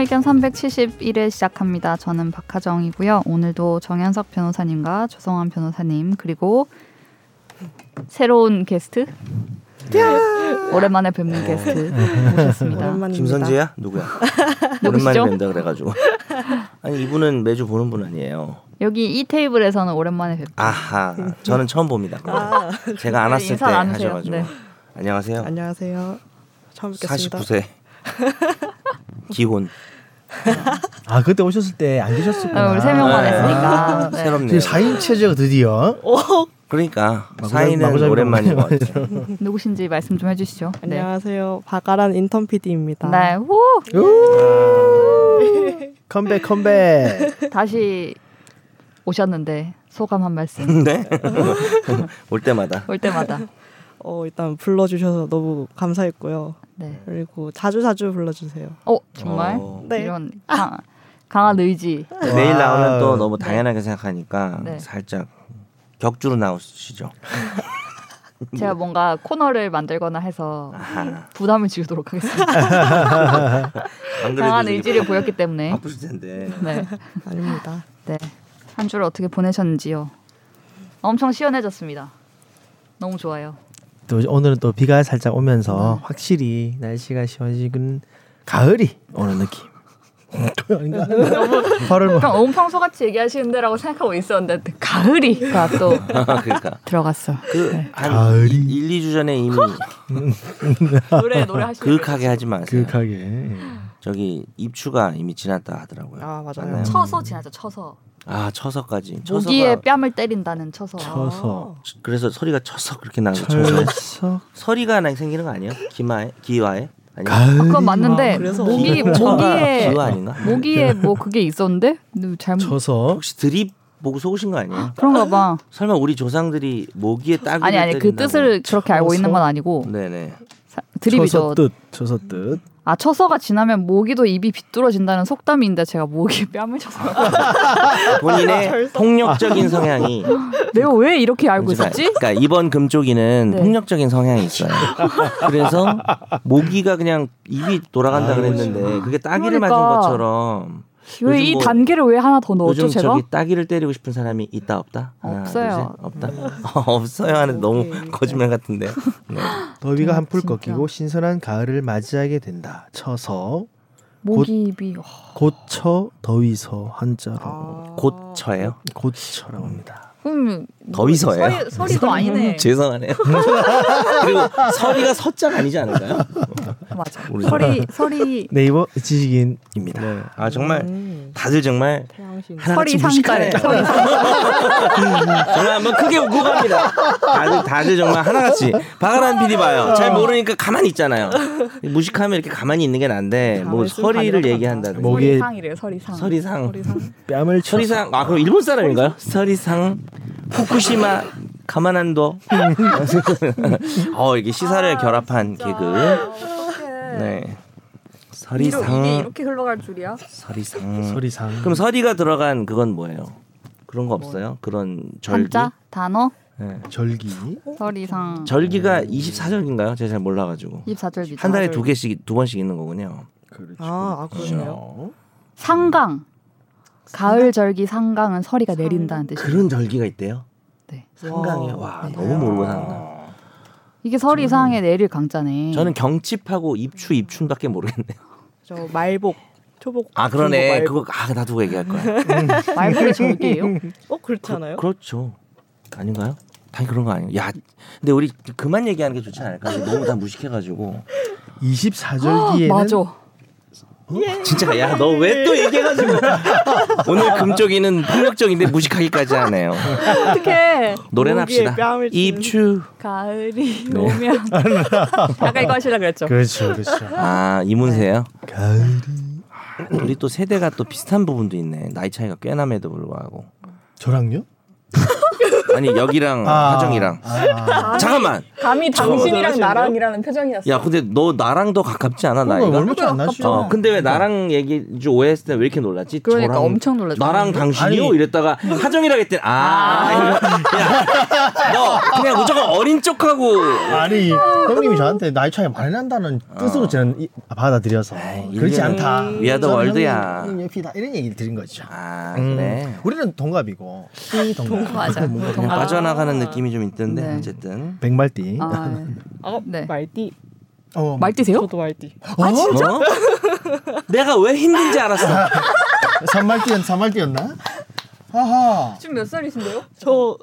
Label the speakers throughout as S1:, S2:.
S1: 의견 371회 시작합니다. 저는 박하정이고요. 오늘도 정현석 변호사님과 조성환 변호사님 그리고 새로운 게스트 오랜만에 뵙는 게스트 모셨습니다.
S2: 네. 오랜만입니다.
S3: 김선재야 누구야? 오랜만에
S1: 누구시죠?
S3: 뵌다 그래가지고 아니 이분은 매주 보는 분 아니에요.
S1: 여기 이 테이블에서는 오랜만에 뵙.
S3: 아하 저는 처음 봅니다. 제가 안
S1: 네,
S3: 왔을 때
S1: 인사 나누세요.
S3: 하셔가지고
S1: 네.
S3: 안녕하세요.
S2: 안녕하세요. 처음 뵙겠습니다.
S3: 49세 기혼
S4: 아 그때 오셨을 때 안 계셨었구나.
S1: 아, 우리 세 명만
S2: 아.
S1: 했으니까. 네.
S3: 새롭네요.
S4: 지금 4인 체제가 드디어
S3: 그러니까
S4: 마구잡이-
S3: 사인은
S4: 마구잡이
S3: 오랜만인 것
S4: 먹네요.
S3: 같아요.
S1: 누구신지 말씀 좀 해주시죠. 네.
S2: 안녕하세요. 박아란 인턴 PD입니다.
S1: 네. 후
S4: 컴백 컴백.
S1: 다시 오셨는데 소감 한 말씀
S3: 네? 올 때마다
S1: 올 때마다.
S2: 어, 일단 불러주셔서 너무 감사했고요.
S1: 네.
S2: 그리고 자주 자주 불러주세요.
S1: 어 정말
S3: 어.
S2: 네.
S1: 이런 강, 강한 의지.
S3: 매일 나오면 또
S4: 와우.
S3: 너무 당연하게 생각하니까
S1: 아. 네.
S3: 살짝 격주로 나오시죠.
S1: 제가 뭔가 코너를 만들거나 해서
S3: 아하.
S1: 부담을 지우도록 하겠습니다.
S3: 안
S1: 강한
S3: 그래도
S1: 의지를 보였기 때문에.
S3: 바쁘실 텐데.
S1: 네.
S2: 아닙니다.
S1: 네. 한 주를 어떻게 보내셨는지요? 엄청 시원해졌습니다. 너무 좋아요.
S4: 또 오늘은 또 비가 살짝 오면서 확실히 날씨가 시원시근 가을이 오는 느낌. 또 아닌가? 8월
S1: 그냥 온 평소같이 얘기하시는데라고 생각하고 있었는데 가을이가 또
S3: 그러니까
S1: 들어갔어.
S3: 그한
S4: 가을이.
S3: 1, 2주 전에 이미
S1: 노래 노래 하시는
S3: 그윽하게 하지 마세요.
S4: 그윽하게. 예.
S3: 저기 입추가 이미 지났다 하더라고요.
S2: 아, 맞아요.
S3: 맞나요?
S1: 쳐서 지나죠. 쳐서.
S3: 아 처서까지. 처서가
S1: 모기에 뺨을 때린다는 쳐서.
S4: 쳐서
S3: 그래서 소리가 쳐서 그렇게 나는 거죠.
S4: 철서
S3: 서리가 하나 생기는 거 아니에요? 기마에 기와에 아니
S4: 가을.
S1: 아, 그건 맞는데
S2: 아, 그래서
S1: 모기
S3: 처가
S1: 모기에
S3: 기와 아닌가?
S1: 모기에 뭐 그게 있었는데 근데 잘못
S4: 쳐서
S3: 혹시 드립 보고 속으신 거 아니에요?
S1: 그런가 봐.
S3: 설마 우리 조상들이 모기에 딸기를
S1: 아니 아니 그
S3: 때린다고?
S1: 뜻을 그렇게 알고 있는 건 아니고
S3: 네네
S1: 사- 드립이죠.
S4: 쳐서 뜻 쳐서 뜻.
S1: 아 처서가 지나면 모기도 입이 비뚤어진다는 속담인데 제가 모기에 뺨을 쳐서 아,
S3: 본인의
S4: 아.
S3: 폭력적인 성향이
S1: 내가 왜 이렇게 알고
S3: 그러니까-
S1: 있었지?
S3: 그러니까 이번 금쪽이는
S1: 네.
S3: 폭력적인 성향이 있어요. 그래서 모기가 그냥 입이 돌아간다 그렇죠. 그랬는데 그게 따기를 맞은
S1: 그러니까.
S3: 것처럼
S1: 왜 이
S3: 요즘 뭐-
S1: 단계를 왜 하나 더 넣었죠
S3: 요즘
S1: 제가?
S3: 저기 따기를 때리고 싶은 사람이 있다 없다? 하나,
S1: 없어요. 네.
S3: 둘, 셋. 없다. 없어요 하는 너무
S2: 오케이.
S3: 거짓말 같은데. 네.
S4: 더위가 한풀
S1: 아, 진짜.
S4: 꺾이고 신선한 가을을 맞이하게 된다. 쳐서
S1: 모기 입이 어,
S4: 고쳐 더위서 한자로
S1: 아.
S3: 곧 쳐요.
S4: 고쳐라고 합니다.
S1: 그럼
S3: 더위서예요.
S1: 네. 서리- 서리도 아니네.
S3: 죄송하네요. 그리고 서리가 서장 아니지 않을까요?
S1: 맞아.
S3: 우리
S1: 서리 서리
S4: 네이버 지식인입니다.
S3: 네. 아 정말 다들 정말
S2: 태양신.
S1: 서리
S3: 하나같이
S1: 상자래.
S3: 무식하네요. 정말 한번 크게 웃고 갑니다. 다들, 다들 정말 하나같이 바가란 PD 봐요. 잘 모르니까 가만히 있잖아요. 무식하면 이렇게 가만히 있는 게 난데 뭐
S2: 가만히 있으면
S3: 서리를
S2: 반이라도
S3: 얘기한다든지
S4: 뭐. 모기에-
S1: 서리상이래요. 서리상.
S3: 서리상
S2: 소리상.
S4: 뺨을 쳐서
S3: 서리상 아 그럼 일본 사람인가요? 서리상 후쿠시마 가만한도 어 이게 시사를 결합한 개그 네
S1: 이게
S3: 서리상
S1: 이렇게 흘러갈 줄이야?
S3: 서리상
S4: 소리상.
S3: 그럼 서리가 들어간 그건 뭐예요? 그런 거
S2: 뭐,
S3: 없어요? 그런 절기
S1: 한자 단어
S3: 네.
S4: 절기.
S1: 어? 서리상
S3: 절기가 24절인가요? 제가 잘 몰라가지고
S2: 예, 네,
S1: 24절기죠.
S3: 한 달에 두 개씩 두 번씩 있는 거군요.
S4: 그렇죠.
S2: 아, 아 그러네요.
S1: 상강 가을 절기 상강은 서리가 내린다는 뜻이에요.
S3: 그런 절기가 있대요?
S1: 네.
S3: 상강이요.
S2: 와,
S3: 그렇죠. 예, 와
S2: 네.
S3: 너무 모르고 산다.
S1: 이게 서리상에 내릴 강자네.
S3: 저는 경칩하고 입추 입춘밖에 모르겠네요.
S2: 저 말복 초복.
S3: 아 그러네.
S2: 중복 말복.
S3: 그거 아 나도 그거 얘기할 거야.
S1: 말복의 절기예요?
S2: 어 그렇지 않아요?
S3: 그렇죠. 아닌가요? 당연히 그런 거 아니에요. 야 근데 우리 그만 얘기하는 게 좋지 않을까? 우리 너무 다 무식해가지고.
S4: 24절기에는
S1: 맞아.
S3: 진짜 야 너 왜 또 얘기해가지고 오늘 금쪽이는 폭력적인데 무식하기까지 하네요.
S1: 어떻게
S3: 노래나
S2: 모기에
S3: 합시다.
S2: 뺨을 치는-
S3: 입추
S1: 가을이 오면 아까 이거 하시려 그랬죠.
S4: 그렇죠, 그렇죠.
S3: 아 이문세요?
S4: 가을이
S2: 네.
S3: 우리 또 세대가 또 비슷한 부분도 있네. 나이 차이가 꽤 남에도 불구하고.
S4: 저랑요?
S3: 아니 여기랑
S4: 아,
S3: 하정이랑
S4: 아,
S3: 잠깐만
S5: 감히
S3: 잠깐만.
S5: 당신이랑 나랑이라는 표정이었어.
S3: 야 근데 너 나랑 더 가깝지 않아
S4: 그러니까
S3: 나이가?
S4: 얼마 차안 나시죠?
S3: 어 근데 왜 나랑 얘기 좀 오해했을 때 왜 이렇게 놀랐지?
S1: 그러니까
S3: 저랑-
S1: 엄청 놀랐죠.
S3: 나랑 당신이요
S4: 아니.
S3: 이랬다가 하정이라 했더니 아너 그냥 무조건 어린 쪽하고
S4: 아니 형님이 저한테 나이 차이 많이 난다는
S3: 어.
S4: 뜻으로 저는 이- 받아들여서 그렇지
S3: 이게
S4: 않다.
S3: We are the
S4: 저는
S3: world야.
S4: 형님 옆이다 이런 얘기를 드린 거죠.
S3: 아
S4: 음,
S3: 그래
S4: 우리는 동갑이고 이 동갑.
S1: 맞아.
S4: 음.
S3: 그냥
S1: 동갑.
S3: 빠져나가는
S4: 아.
S3: 느낌이 좀 있던데
S1: 네.
S3: 어쨌든
S4: 백말띠.
S1: 아, 네.
S5: 어,
S1: 네.
S5: 말띠.
S4: 어,
S1: 말띠세요?
S5: 저도 말띠.
S4: 아 진짜?
S3: 어? 내가 왜 힘든지
S1: 아.
S3: 알았어
S4: 산말띠였 산말띠였나? 아하.
S1: 지금 몇 살이신데요?
S2: 저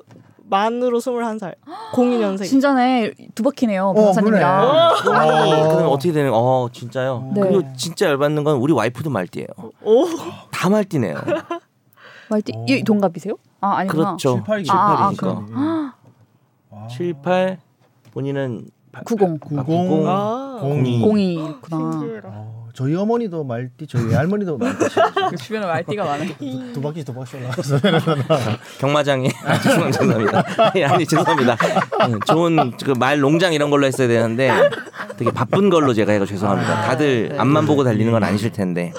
S2: 만으로 21살. 02년생.
S1: 진짜네 두 바퀴네요
S4: 어 그래.
S1: 변호사님이랑.
S3: 아, 그러면
S4: 어.
S3: 어떻게 되는 어 진짜요
S1: 네.
S3: 그리고 진짜 열받는 건 우리 와이프도 말띠예요
S2: 오.
S3: 다 말띠네요
S1: 말띠 이 동갑이세요? 아 아니구나.
S3: 그렇죠
S4: 78
S1: 아, 아, 아,
S3: 78이니까
S4: 와.
S3: 78 본인은
S1: 90
S4: 구공,
S3: 아, 구공.
S2: 아.
S4: 공이.
S1: 02구나.
S5: 신기해라.
S4: 어, 저희 어머니도 말띠, 저희 할머니도 말띠.
S1: 그 주변에 말띠가 많아요.
S4: 두, 두 바퀴 두 바퀴 올라가서.
S3: 경마장이 아, 죄송합니다. 죄송합니다. 예, 아니 죄송합니다. 음, 좋은 그 말 농장 이런 걸로 했어야 되는데 되게 바쁜 걸로 제가 해서
S1: 아,
S3: 죄송합니다. 다들
S1: 네.
S3: 앞만 보고 달리는 건 아니실 텐데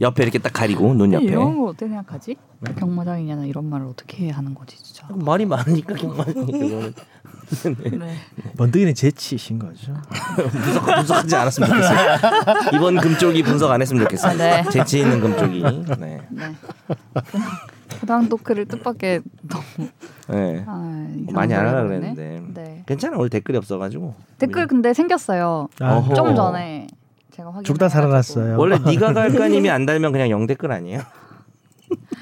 S3: 옆에 이렇게 딱 가리고 눈 옆에
S1: 이런 거 어떻게 생각하지? 경마장이냐나 이런 말을 어떻게 하는 거지 진짜.
S3: 말이 많으니까 경마장이 그거는
S1: 네.
S4: 번뜩이는 재치신 거죠.
S3: 분석 분석하지 않았으면 좋겠어요. 이번 금쪽이 분석 안 했으면 좋겠어요.
S1: 아, 네.
S3: 재치 있는 금쪽이. 네.
S1: 네. 그당 토크를 뜻밖의 너무
S3: 네.
S1: 아, 이상한
S3: 많이 안 하라
S1: 소리를 하네.
S3: 그랬는데
S1: 네.
S3: 괜찮아 오늘 댓글이 없어가지고
S1: 댓글 근데 생겼어요.
S4: 아,
S3: 어허.
S1: 좀 전에 제가 확인.
S4: 죽다 살아났어요.
S3: 원래 네가 갈까님이 안 달면 그냥 영 댓글 아니에요?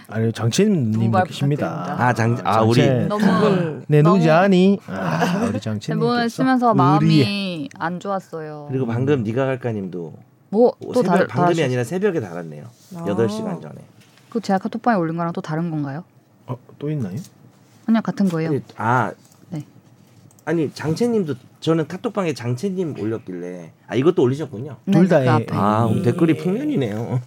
S4: 아니 정치인님
S1: 누발
S4: 계십니다.
S1: 부탁드립니다.
S3: 아 장 아 우리
S4: 정체.
S1: 너무
S4: 네
S1: 너무
S4: 누구지 아니? 아, 우리 정치인님.
S1: 대본을 쓰면서 마음이 안 좋았어요.
S3: 그리고 방금 네가 갈까님도
S1: 뭐
S3: 오,
S1: 또
S3: 새벽,
S1: 다른
S3: 방금이
S1: 다른
S3: 아니라 새벽에 달았네요.
S2: 아.
S3: 여덟 시간 전에.
S1: 그 제가 카톡방에 올린 거랑 또 다른 건가요?
S4: 어, 또 있나요?
S1: 아니요 같은 거예요.
S3: 아니, 아
S1: 네.
S3: 아니 장채님도 저는 카톡방에 장채님 올렸길래 아 이것도 올리셨군요.
S1: 네,
S4: 둘다
S1: 그 앞에.
S3: 아 그럼 댓글이 풍년이네요.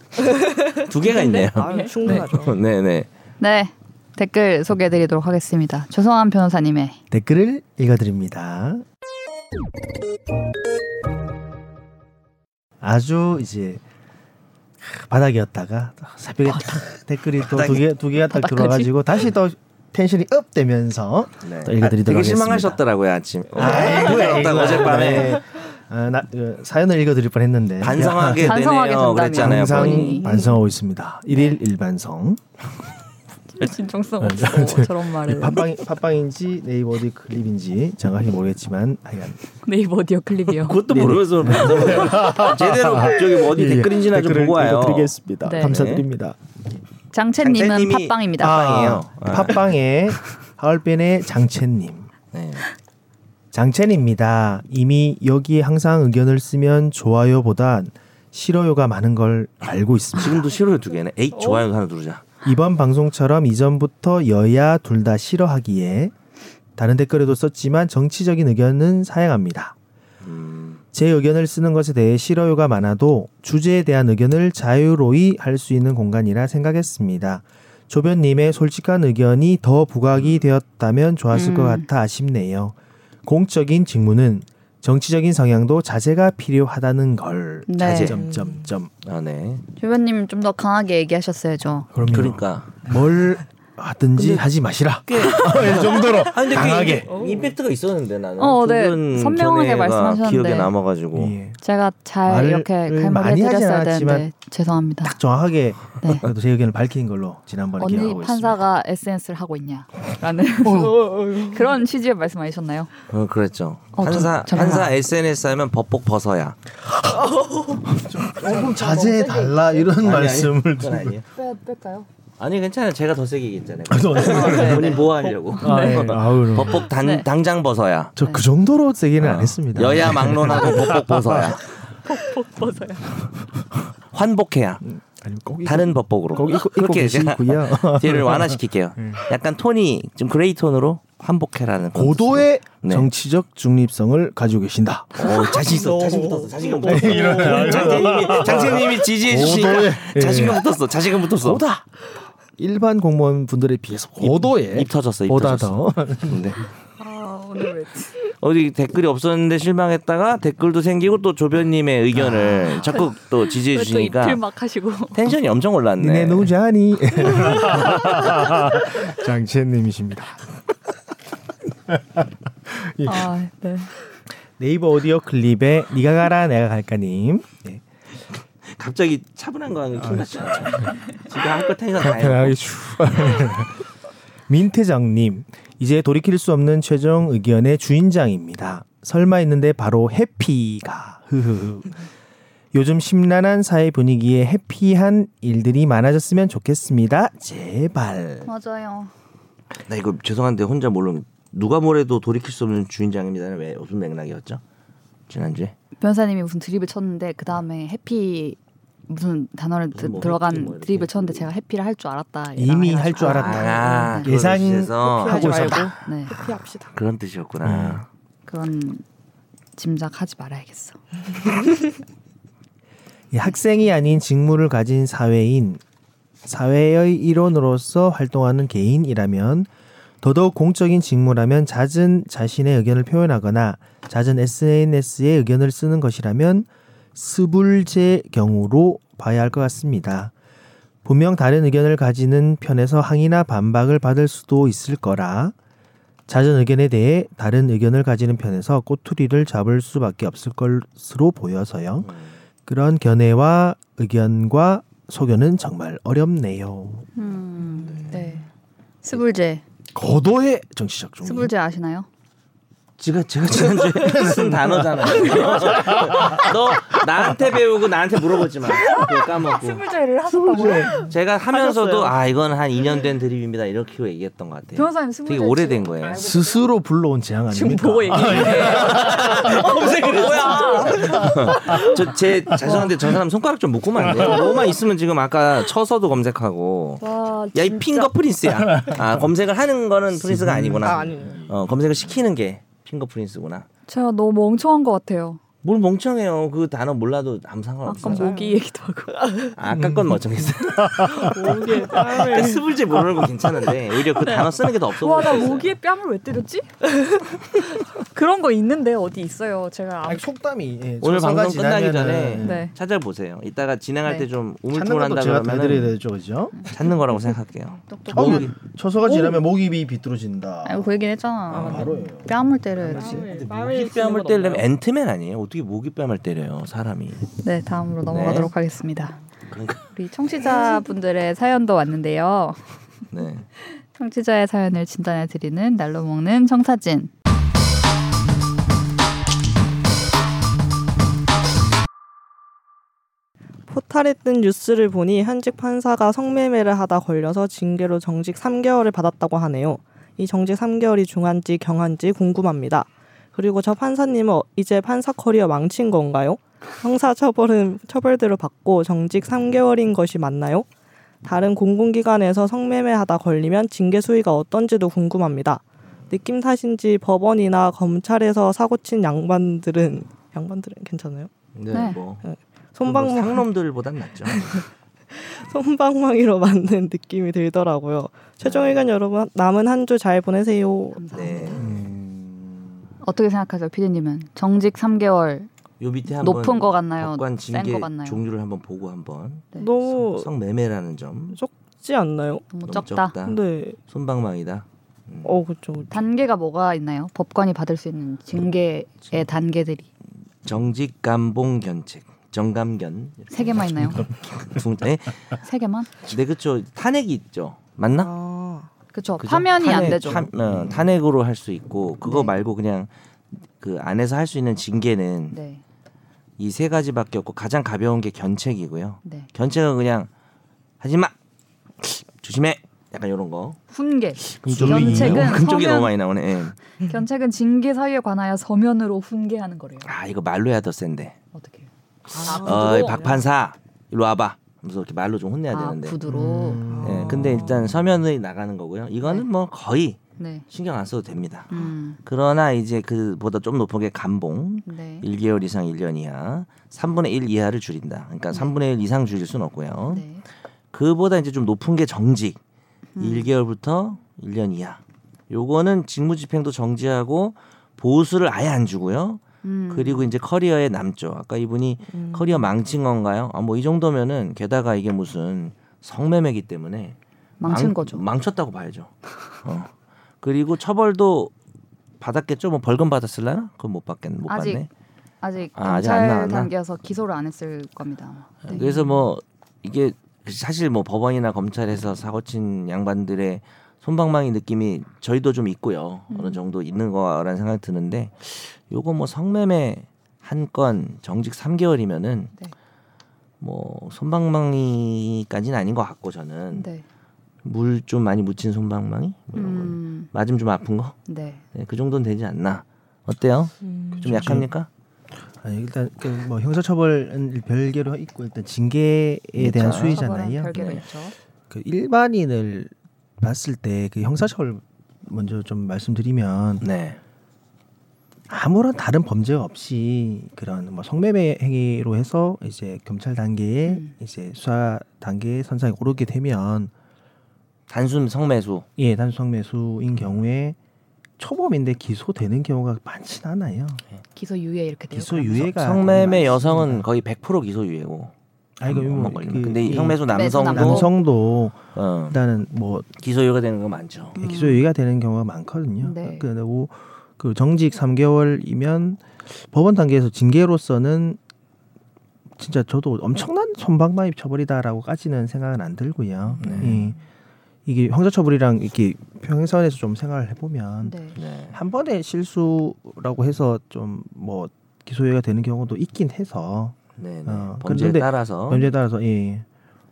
S3: 두 개가 있네요.
S2: 아, 충분하죠.
S3: 네네.
S1: 네 댓글 소개해드리도록 하겠습니다. 조성한 변호사님의
S4: 댓글을 읽어드립니다. 아주 이제 바닥이었다가 새벽에 딱 댓글이 또 두 개 두 개가 딱
S1: 바닥까지?
S4: 들어와가지고 다시 또 텐션이 업 되면서
S3: 네.
S4: 또 읽어드리도록
S3: 되게
S4: 하겠습니다.
S3: 실망하셨더라고요 아침.
S4: 아이고, 아이고.
S3: 어젯밤에
S4: 네. 아, 나, 그, 사연을 읽어드릴 뻔했는데
S3: 반성하게
S1: 반성하게
S3: 되네요.
S1: 된다며.
S3: 그랬잖아요.
S4: 항상
S3: 본인이. 네.
S4: 반성하고 있습니다. 일일 일반성. 아,
S1: 진정성 없어
S4: 네.
S1: 저런
S3: 네.
S1: 말을
S4: 팟빵 팟빵인지 네이버 어디 클립인지 정확히 모르겠지만 하여간
S1: 네이버 오디오
S4: 아,
S1: 클립이요.
S3: 그것도 모르면서 반성을 예, 제대로 저기 뭐 어디
S4: 예, 예.
S3: 댓글인지나 좀
S4: 댓글을
S3: 보고 와요.
S4: 읽어드리겠습니다.
S1: 네.
S4: 감사드립니다.
S1: 장채님은
S3: 장채님이-
S1: 팟빵입니다.
S3: 팟빵이에요.
S4: 그 아, 팟빵에 하얼빈의 장첸님.
S3: 네.
S4: 장첸입니다. 이미 여기에 항상 의견을 쓰면 좋아요보단 싫어요가 많은 걸 알고 있습니다.
S3: 지금도 싫어요 두 개네. 에이 좋아요 하나 누르자.
S4: 이번 방송처럼 이전부터 여야 둘 다 싫어하기에 다른 댓글에도 썼지만 정치적인 의견은 사양합니다.
S3: 음,
S4: 제 의견을 쓰는 것에 대해 싫어요가 많아도 주제에 대한 의견을 자유로이 할 수 있는 공간이라 생각했습니다. 조변님의 솔직한 의견이 더 부각이 되었다면 좋았을 것
S1: 음.
S4: 같아 아쉽네요. 공적인 직무는 정치적인 성향도 자제가 필요하다는 걸.
S1: 네.
S4: 자제. 점점점.
S3: 아 네.
S1: 주변님 좀 더 강하게 얘기하셨어야죠.
S4: 그럼요.
S3: 그러니까.
S4: 뭘 하든지
S3: 근데
S4: 하지 마시라.
S3: 꽤
S4: 이 정도로
S3: 아, 근데
S4: 강하게.
S3: 그 임- 임팩트가 있었는데 나는
S1: 어,
S3: 두
S1: 네.
S3: 분
S1: 선명하게
S3: 전에가
S1: 말씀하셨는데.
S3: 기억에 남아가지고
S4: 예.
S1: 제가 잘
S4: 말을
S1: 이렇게 그 갈말을
S4: 많이 하진
S1: 해드렸어야
S4: 않았지만
S1: 되는데 죄송합니다.
S4: 딱 정확하게
S1: 네.
S4: 그래도 제 의견을 밝힌 걸로 지난번에
S1: 언니
S4: 기억하고 어,
S1: 판사가 SNS를 하고 있냐라는 그런 취지의 말씀 아니셨나요?
S3: 어, 그랬죠.
S1: 어, 저-
S3: 판사
S1: 잠깐만.
S3: 판사 SNS 하면 법복 벗어야
S4: 있습니다. 조금 자제해 달라 이런 말씀을
S3: 그건 아니에요.
S5: 빼, 뺄까요?
S3: 아니 괜찮아요. 제가 더 세게 얘기했잖아요.
S4: 네,
S3: 본인 뭐 하려고
S4: 아, 예. 아우,
S3: 법복 단,
S1: 네.
S3: 당장 벗어야
S4: 저그 정도로 세게는
S3: 어.
S4: 안 했습니다. 네.
S3: 여야 막론하고 법복 벗어야
S5: 벗어요.
S3: 환복해야
S4: 아니면 꼭 입고-
S3: 다른 법복으로
S4: 꼭 입고, 입고
S3: 그렇게 제가
S4: 계시고요. 네.
S3: 뒤를 완화시킬게요. 약간 톤이 좀 그레이 톤으로 환복해라는
S4: 고도의
S3: 네.
S4: 정치적 중립성을 가지고 계신다.
S3: 오, 자신 있어. 자신 붙었어. 자신감 붙었어. 아. 장재님이 장재님이 지지해 주시니까
S4: 고도의- 예.
S3: 자신감 붙었어. 자신감 붙었어.
S4: 고다. 일반 공무원 분들에 비해서 고도의
S3: 입 터졌어. 입
S4: 보다
S3: 터졌어.
S4: 더
S3: 근데
S1: 아 오늘 왜
S3: 네. 어디 댓글이 없었는데 실망했다가 댓글도 생기고 또 조변님의 의견을 적극 또 지지해
S1: 아. 또
S3: 주시니까
S1: 이틀 막 하시고
S3: 텐션이 엄청 올랐네.
S4: 니네 노자니 장치현님이십니다.
S1: 아 네.
S4: 네이버 오디오 클립에 니가 가라 내가 갈까님 네.
S3: 갑자기 차분한 거 하는
S4: 아,
S3: 킹받죠. 지금 한껏 텐션 다 해요.
S4: 편하게 쭉. 민태장님 이제 돌이킬 수 없는 최종 의견의 주인장입니다. 설마 있는데 바로 해피가 흐흐흐. 요즘 심란한 사회 분위기에 해피한 일들이 많아졌으면 좋겠습니다. 제발.
S1: 맞아요.
S3: 나 이거 죄송한데 혼자 모르는 누가 뭐래도 돌이킬 수 없는 주인장입니다는 왜 무슨 맥락이었죠? 지난주에
S1: 변사님이 무슨 드립을 쳤는데 그 다음에 해피 무슨 단어를 드-
S3: 무슨 뭐 해피
S1: 들어간
S3: 뭐 이렇게.
S1: 드립을 쳤는데 제가 해피를 할 줄 알았다.
S4: 이미 할
S1: 해가지고.
S4: 줄 알았다. 아.
S1: 아, 네.
S4: 예상-
S3: 예상해서
S4: 하고 있었다. 네.
S1: 네
S2: 피합시다.
S3: 그런 뜻이었구나.
S1: 그런 짐작하지 말아야겠어.
S4: 이 학생이 아닌 직무를 가진 사회인, 사회의 일원으로서 활동하는 개인이라면 더더욱 공적인 직무라면 잦은 자신의 의견을 표현하거나 잦은 SNS에 의견을 쓰는 것이라면 스불제 경우로 봐야 할 것 같습니다. 분명 다른 의견을 가지는 편에서 항의나 반박을 받을 수도 있을 거라 잦은 의견에 대해 다른 의견을 가지는 편에서 꼬투리를 잡을 수밖에 없을 것으로 보여서요. 그런 견해와 의견과 소견은 정말 어렵네요.
S1: 음, 네. 스불제
S4: 고도의 정치적 종.
S1: 스불제 아시나요?
S3: 제가 제가 지난주에 쓴 단어잖아요. 너 나한테 배우고 나한테 물어보지 마. 그거 까먹고.
S5: 스물제를 하셨다고요?
S3: 제가 하면서도
S2: 하셨어요.
S3: 아 이건 한 2년 된 드립입니다 이렇게 얘기했던 것 같아요.
S1: 변호사님
S3: 되게
S1: 스물제
S3: 오래된 거예요.
S5: 알고
S4: 스스로 불러온 재앙
S2: 지금
S4: 아닙니까?
S2: 보고
S3: 예.
S2: 얘기해.
S3: 검색을 뭐야? 저제 죄송한데 저 사람 손가락 좀 묶으면 안 돼요? 뭐만 있으면 지금 아까 쳐서도 검색하고.
S1: 와
S3: 야 이 핑거 프린스야. 아 검색을 하는 거는 프린스가
S2: 아
S3: 아니구나.
S2: 아니에요.
S3: 어 검색을 시키는 게 핑거 프린스구나.
S1: 제가 너무 멍청한 것 같아요.
S3: 뭘 멍청해요. 그 단어 몰라도 아무 상관없어.
S1: 아까
S3: 요
S1: 모기 얘기도 하고.
S3: 아까 건 멍청했어.
S4: 음.
S2: 모기에 뺨을.
S3: 스불지 모르는 건 괜찮은데 오히려 그 단어 쓰는 게 더 없어
S5: 와나
S3: 보였어요.
S5: 모기에 뺨을 왜 때렸지? 그런 거 있는데 어디 있어요? 제가
S4: 아니, 속담이 예,
S3: 오늘
S4: 저서가
S3: 방송 끝나기 전에
S4: 지나면은
S1: 네.
S3: 찾아보세요. 이따가 진행할
S1: 네.
S3: 때 좀
S4: 찾는 것도
S3: 우물쭈물한다
S4: 제가 다 해드려야
S3: 그러면
S4: 되죠, 그죠?
S3: 찾는 거라고 생각할게요.
S1: 똑똑.
S4: 목
S3: 모기.
S4: 초서가 지나면 목입이 비뚤어진다.
S1: 아니 그 얘기는 했잖아.
S4: 바로예요.
S1: 뺨을 때려야지.
S3: 모기뺨을 때리려면 앤트맨 아니에요? 어떻게 모기뺨을 때려요, 사람이?
S1: 네, 다음으로 넘어가도록 하겠습니다.
S3: 그러니까
S1: 우리 청취자분들의 사연도 왔는데요.
S3: 네.
S1: 청취자의 사연을 진단해 드리는 날로 먹는 청사진.
S2: 포탈에 뜬 뉴스를 보니 현직 판사가 성매매를 하다 걸려서 징계로 정직 3개월을 받았다고 하네요. 이 정직 3개월이 중한지 경한지 궁금합니다. 그리고 저 판사님은 어- 이제 판사 커리어 망친 건가요? 형사 처벌은 처벌대로 받고 정직 3개월인 것이 맞나요? 다른 공공기관에서 성매매하다 걸리면 징계 수위가 어떤지도 궁금합니다. 느낌 탓인지 법원이나 검찰에서 사고친 양반들은 양반들은 괜찮아요?
S3: 네.
S1: 네.
S3: 뭐. 뭐
S2: 손방망
S3: 상놈들보단 낫죠.
S2: 손방망이로 맞는 느낌이 들더라고요. 최종 의견 여러분 남은 한 주 잘 보내세요.
S3: 네.
S4: 음.
S1: 어떻게 생각하세요, 피디님은? 정직 3개월.
S3: 요 밑에 한번
S1: 높은 거 같나요?
S3: 법관
S1: 센
S3: 징계
S1: 거 같나요?
S3: 종류를 한번 보고 한번
S1: 네.
S2: 너무
S3: 성매매라는 점
S2: 적지 않나요?
S1: 너무
S3: 너무
S1: 음, 적다.
S2: 네.
S3: 손방망이다. 음.
S2: 어 그렇죠.
S1: 단계가 뭐가 있나요? 법관이 받을 수 있는 징계의
S3: 그렇죠.
S1: 단계들이
S3: 정직 감봉 견책, 정감견
S1: 세 개만 있나요?
S3: 두 네.
S1: 세 개만?
S3: 네 그렇죠. 탄핵이 있죠. 맞나?
S2: 아
S1: 그렇죠.
S3: 그죠?
S1: 파면이 안
S3: 탄핵,
S1: 되죠. 음.
S3: 탄, 어, 탄핵으로 할 수 있고 그거
S1: 네.
S3: 말고 그냥 그 안에서 할 수 있는 징계는
S1: 네.
S3: 이 세 가지밖에 없고 가장 가벼운 게 견책이고요.
S1: 네.
S3: 견책은 그냥 하지 마, 조심해, 약간 이런 거.
S1: 훈계.
S3: 그럼 좀
S1: 견책은
S3: 이거 금쪽이
S1: 서면-
S3: 너무 많이 나오네. 예.
S1: 견책은 징계 사유에 관하여 서면으로 훈계하는 거래요.
S3: 아 이거 말로 해야 더 센데.
S1: 어떻게? 해요?
S3: 어, 박 판사 일로 와봐. 하면서 이렇게 말로 좀 혼내야
S1: 아,
S3: 되는데.
S1: 구두로.
S3: 예, 근데 일단 서면이 나가는 거고요. 이거는
S1: 음. 네.
S3: 뭐 거의
S1: 네.
S3: 신경 안 써도 됩니다.
S1: 음.
S3: 그러나 이제 그보다 좀 높은 게 감봉.
S1: 네.
S3: 1개월 이상 1년 이하, 3분의 1 이하를 줄인다. 그러니까 3분의 1 이상 줄일 수는 없고요.
S1: 네.
S3: 그보다 이제 좀 높은 게 정직.
S1: 음.
S3: 일 1개월부터 1년 이하. 요거는 직무집행도 정지하고 보수를 아예 안 주고요.
S1: 음.
S3: 그리고 이제 커리어에 남죠. 아까 이분이 커리어 망친 건가요? 아, 뭐 이 정도면은 게다가 이게 무슨 성매매기 때문에
S1: 망친
S3: 망-
S1: 거죠.
S3: 망쳤다고 봐야죠. 어. 그리고 처벌도 받았겠죠. 뭐 벌금 받았을라나? 그건 못 받겠 못
S1: 아직
S3: 받네.
S1: 아직
S3: 아, 아직 안
S1: 경찰
S3: 나왔나?
S1: 단계여서 기소를 안 했을 겁니다. 아마. 네.
S3: 그래서 뭐 이게 사실 뭐 법원이나 검찰에서 사고친 양반들의 손방망이 느낌이 저희도 좀 있고요
S1: 음.
S3: 어느 정도 있는 거라는 생각이 드는데 요거 뭐 성매매 한 건 정직 3개월이면은
S1: 네.
S3: 뭐 손방망이까지는 아닌 것 같고 저는
S1: 네.
S3: 물 좀 많이 묻힌 손방망이 뭐 이런 음. 거
S1: 음,
S3: 맞으면 좀 아픈 거?
S1: 네.
S3: 네, 그 정도는 되지 않나 어때요?
S1: 음.
S3: 좀 약합니까?
S4: 아니 일단 그뭐 형사처벌은 별개로 있고 일단 징계에 대한
S3: 그렇죠.
S4: 수위잖아요.
S1: 별개로
S3: 네.
S1: 있죠.
S4: 그 일반인을 봤을 때 그 형사처벌 먼저 좀 말씀드리면
S3: 네,
S4: 아무런 다른 범죄 없이 그런 뭐 성매매 행위로 해서 이제 검찰 단계에
S1: 음.
S4: 이제 수사 단계 선상에 오르게 되면
S3: 단순 성매수
S4: 예 단순 매수인 경우에 초범인데 기소되는 경우가 많진 않아요.
S1: 기소 유예 이렇게 돼요.
S4: 기소
S1: 네, 그러면?
S4: 유예가
S3: 성매매
S4: 많습니다.
S3: 여성은 거의 100% 기소유예고.
S4: 아니 그
S3: 한번
S4: 뭐,
S3: 걸리면.
S4: 그,
S3: 근데 이
S4: 예,
S3: 성매수
S1: 매수
S3: 남성도
S1: 네, 그 남성.
S4: 남성도
S3: 어,
S4: 일단은 뭐
S3: 기소유예가 되는 거 많죠.
S4: 기소유예가 되는 경우가 많거든요.
S1: 음. 네.
S4: 그리고 그 정직 3개월이면 법원 단계에서 징계로서는 진짜 저도 엄청난 손방망이 처벌이다라고까지는 생각은 안 들고요.
S3: 네.
S4: 예. 이게 형사처벌이랑 이렇게 평행선에서 좀 생각을 해보면
S1: 네.
S3: 네.
S4: 한 번의 실수라고 해서 좀 뭐 기소유예가 되는 경우도 있긴 해서
S3: 네, 네.
S4: 어,
S3: 범죄에
S4: 근데
S3: 따라서
S4: 범죄에 따라서 예.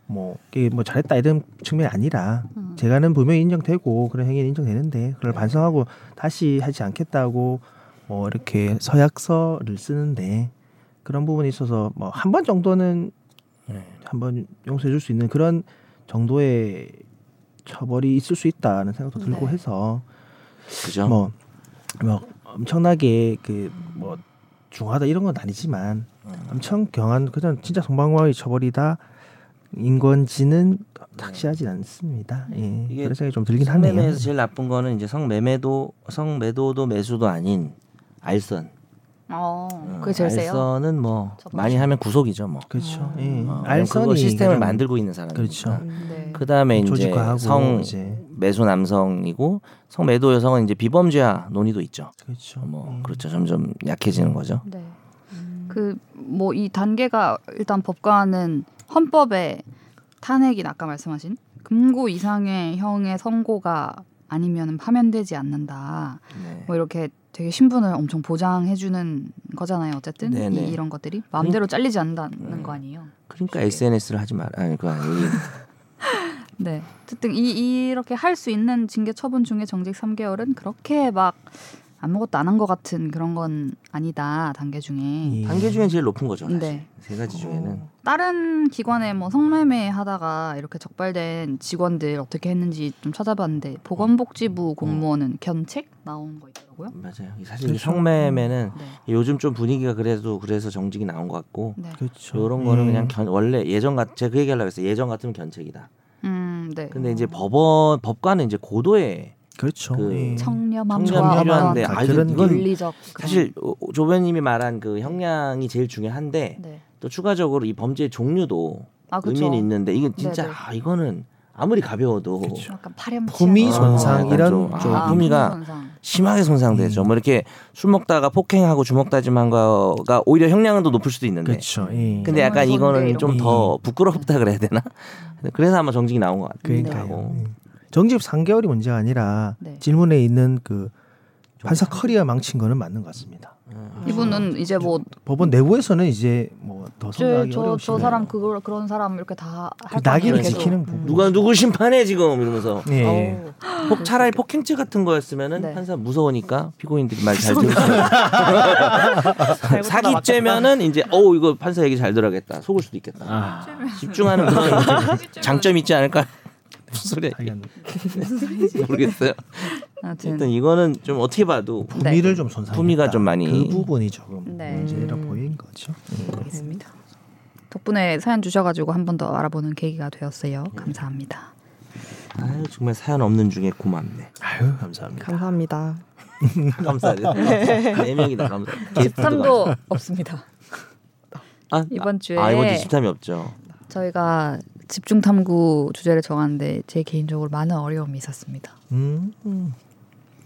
S4: 뭐, 이게 뭐 잘했다 이런 측면이 아니라
S1: 음. 네.
S4: 제가는 분명히 인정되고 그런 행위는 인정되는데 그걸 반성하고 다시 하지 않겠다고 뭐 이렇게 서약서를 쓰는데 그런 부분에 있어서 뭐 한 번 정도는
S3: 네.
S4: 한번 용서해 줄 수 있는 그런 정도의 처벌이 있을 수 있다는 생각도 들고
S1: 네.
S4: 해서
S3: 그죠?
S4: 뭐, 뭐 엄청나게 그 뭐 중하다 이런 건 아니지만
S3: 음.
S4: 엄청 경한 그냥 진짜 송방망이 처벌이다 인 건지는 확실하진 않습니다. 예,
S3: 네. 이게
S4: 그런 생각이 좀 들긴 하네요.
S3: 성매매에서 제일 나쁜 거는 이제 성매매도 성매도도 매수도 아닌 알선.
S1: 어,
S3: 어,
S1: 그게 제일 세요.
S3: 알선은 뭐
S1: 저도
S3: 많이 하면 구속이죠, 뭐.
S4: 그렇죠. 예.
S3: 어, 그거
S4: 알선이
S3: 시스템을
S4: 가장
S3: 만들고 있는 사람.
S4: 그렇죠.
S1: 네.
S3: 그다음에 이제
S4: 조직화하고
S3: 성
S4: 이제
S3: 매수 남성이고 성매도 여성은 이제 비범죄화 논의도 있죠.
S4: 그렇죠.
S3: 뭐 그렇죠. 점점 약해지는 거죠.
S1: 네.
S3: 음.
S1: 그 뭐 이 단계가 일단 법관은 헌법에 탄핵인 아까 말씀하신 금고 이상의 형의 선고가 아니면 파면되지 않는다.
S3: 네.
S1: 뭐 이렇게 되게 신분을 엄청 보장해 주는 거잖아요. 어쨌든 이,
S3: 네네.
S1: 이런 것들이 마음대로 잘리지 않는다는
S3: 네.
S1: 거 아니에요.
S3: 그러니까 SNS를 하지 말 아니 그거 아니
S1: 네. 어쨌든 이, 이렇게 할 수 있는 징계 처분 중에 정직 3개월은 그렇게 막 아무것도 안 한 것 같은 그런 건 아니다. 단계 중에.
S4: 예.
S3: 단계 중엔 제일 높은 거죠. 사실.
S1: 네. 어.
S3: 세 가지 중에는
S1: 다른 기관에 뭐 성매매 하다가 이렇게 적발된 직원들 어떻게 했는지 좀 찾아봤는데 보건복지부 공무원은 견책 나온 거 있더라고요.
S3: 맞아요. 사실 이 성매매는
S1: 네.
S3: 요즘 좀 분위기가 그래도 그래서 정직이 나온 것 같고
S1: 네.
S4: 그렇죠.
S3: 이런 거는
S4: 예.
S3: 그냥 견, 원래 예전 같 제가 그 얘기하려고 했어요. 예전 같으면 견책이다.
S1: 음, 네.
S3: 근데 이제 법원 법관은 이제 고도의
S4: 그렇죠.
S3: 그
S4: 예.
S1: 청렴함
S3: 청렴이
S1: 좋아하던
S3: 필요한데
S4: 어떤
S3: 아 이건
S4: 그런
S3: 이건
S1: 윤리적 그런-
S3: 사실 어, 조변님이 말한 그 형량이 제일 중요한데
S1: 네.
S3: 또 추가적으로 이 범죄 종류도
S1: 아, 그쵸.
S3: 의미는 있는데 이건 진짜
S1: 네네.
S3: 아 이거는 아무리 가벼워도
S1: 약간 파렴치한
S4: 품위
S1: 거.
S4: 손상
S3: 아,
S4: 이런
S3: 좀-
S4: 좀
S3: 아,
S1: 품위
S3: 품위가
S1: 손상.
S3: 심하게 손상되죠. 뭐 이렇게 술 먹다가 폭행하고 주먹 다짐한 거가 오히려 형량은 더 높을 수도 있는데.
S4: 그렇죠. 예.
S3: 근데
S1: 정말
S3: 약간
S1: 손대
S3: 이거는
S1: 이런
S3: 좀 더 부끄럽다 그래야 되나? 음. 그래서 아마 정직이 나온 것 같아요. 음.
S4: 그러니까요. 예. 정직 3개월이 문제가 아니라
S1: 네.
S4: 질문에 있는 그 판사 커리어 망친 거는 맞는 것 같습니다.
S1: 이분은 이제 뭐
S4: 법원 내부에서는 이제 뭐 더 성장하기
S1: 저, 저
S4: 어려우시고
S1: 사람 그걸 그런 사람 이렇게 다할
S4: 그 낙인을
S3: 계속.
S4: 지키는 부분.
S3: 누가 누구 심판해 지금 이러면서
S4: 예.
S3: 네.
S5: 어우.
S3: 폭 차라리 폭행죄 같은 거였으면은
S1: 네.
S3: 판사 무서우니까 피고인들이 말 잘 들으세요. 아, 사기죄면은 이제
S1: 네.
S3: 어우 이거 판사 얘기 잘 들어야겠다. 속을 수도 있겠다.
S4: 아.
S3: 집중하는
S1: 아.
S3: 그런 장점이 있지 않을까? 무슨 소리야? 이게.
S1: 네.
S4: 자기는
S3: 모르겠어요.
S1: 아무튼
S3: 일단 이거는 좀 어떻게 봐도
S4: 품위를 좀 손상.
S3: 품위가 좀 많이- 음.
S4: 그 부분이 조금
S1: 네.
S4: 문제라 보인 거죠.
S1: 알겠습니다. 덕분에 사연 주셔가지고 한 번 더 알아보는 계기가 되었어요. 감사합니다.
S3: 아유 정말 사연 없는 중에 고맙네.
S4: 아유 감사합니다.
S2: 감사합니다.
S3: 감사해요. 네 명이다 감사.
S5: 집탐도 없습니다.
S3: 아,
S1: 이번 주에
S3: 아 이번 주 집탐이 없죠.
S1: 저희가 집중 탐구 주제를 정하는데 제 개인적으로 많은 어려움이 있었습니다.
S4: 음, 음.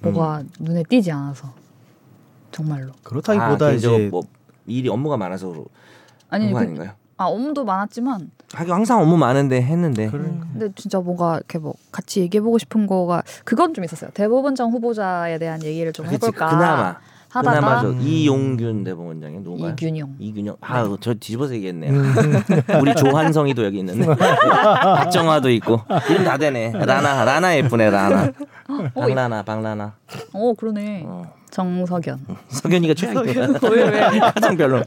S1: 뭐가
S3: 음.
S1: 눈에 띄지 않아서 정말로.
S4: 그렇다기보다
S3: 아, 개인적으로
S4: 이제
S3: 뭐 일이 업무가 많아서 그런
S1: 아니
S3: 거
S1: 그,
S3: 아닌가요?
S1: 아 업무도 많았지만
S3: 하긴 항상 업무 많은데 했는데
S4: 그러니까.
S1: 근데 진짜 뭔가 이렇게 뭐 같이 얘기해보고 싶은 거가 그건 좀 있었어요. 대법원장 후보자에 대한 얘기를 좀
S3: 그치,
S1: 해볼까
S3: 그나마
S1: 그러니까 하다가
S3: 그나마 저 이용균 대법원장이 누군가요?
S1: 이균용.
S3: 이균영 아저 뒤집어서 얘기했네요. 우리 조한성이도 여기 있는데 박정화도 있고 이름 다 되네. 라나 라나 예쁘네 라나. 박라나 박라나.
S1: 어 그러네.
S3: 어.
S1: 정석연.
S3: 석연이가 최악이야. 가장 별로.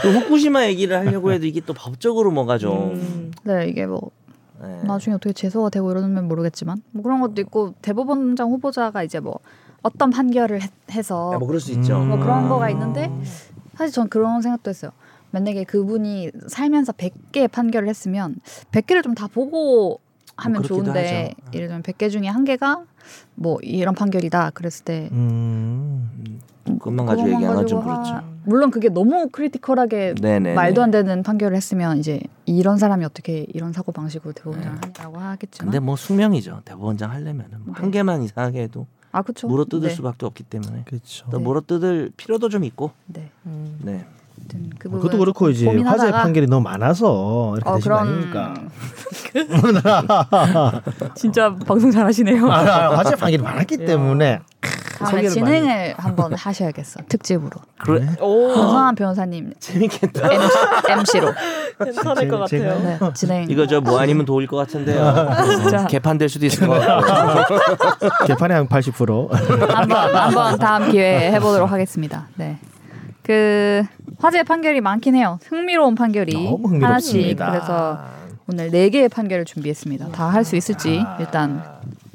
S3: 그 후쿠시마 얘기를 하려고 해도 이게 또 법적으로 뭔가 좀.
S2: 음.
S1: 네 이게 뭐
S3: 예.
S1: 나중에 어떻게 재소가 되고 이러면 모르겠지만 뭐 그런 것도 있고 대법원장 후보자가 이제 뭐 어떤 판결을 해, 해서
S3: 아, 뭐 그럴 수 있죠.
S4: 음.
S1: 뭐 그런
S3: 아.
S1: 거가 있는데 사실 전 그런 생각도 했어요. 만약에 그분이 살면서 100개 판결을 했으면 100개를 좀 다 보고 하면
S3: 그렇기도
S1: 좋은데
S3: 하죠. 네.
S1: 예를 들면 100개 중에 한 개가 뭐 이런 판결이다 그랬을 때
S4: 음.
S3: 그것만 가지고
S1: 그것만
S3: 얘기하는 건 좀
S1: 가지고 하-
S3: 그렇죠.
S1: 물론 그게 너무 크리티컬하게
S3: 네네.
S1: 말도 안 되는 판결을 했으면 이제 이런 사람이 어떻게 이런 사고 방식으로 대법원장을 하냐고 하겠지만
S3: 근데 뭐 숙명이죠. 대법원장 하려면은
S1: 네.
S3: 뭐한 개만 이상하게 해도
S1: 아 그렇죠.
S3: 물어 뜯을 수밖에 없기 때문에
S4: 그렇죠.
S3: 또
S1: 네.
S3: 물어 뜯을 필요도 좀 있고.
S1: 네.
S2: 음.
S3: 네.
S1: 아무튼 그 부분
S4: 그것도 그렇고 이제
S1: 고민하다가- 어,
S4: 화재 판결이 너무 많아서 이렇게 되신 거 아닙니까?
S5: 진짜 방송 잘하시네요.
S4: 아, 아, 화재 판결이 많았기
S1: 예.
S4: 때문에
S1: 다음에 아, 진행을 한번 하셔야겠어 특집으로
S3: 그래
S2: 음.
S4: 어.
S1: 권성한 변호사님
S3: 재밌겠다.
S1: MC로
S2: 괜찮을 것
S4: 제-
S2: 같아요.
S1: 네, 진행
S3: 이거 저 뭐 아니면 도울 것 같은데요. 어, 개판 될 수도 있을 것 같고.
S4: 개판의 한 80%.
S1: 한번 한번 다음 기회에 해보도록 하겠습니다. 네. 그 화재 판결이 많긴 해요. 흥미로운 판결이
S4: 너무
S1: 하나씩
S4: 흥미롭습니다.
S1: 그래서 오늘 네 개의 판결을 준비했습니다. 다 할 수 있을지
S4: 아.
S1: 일단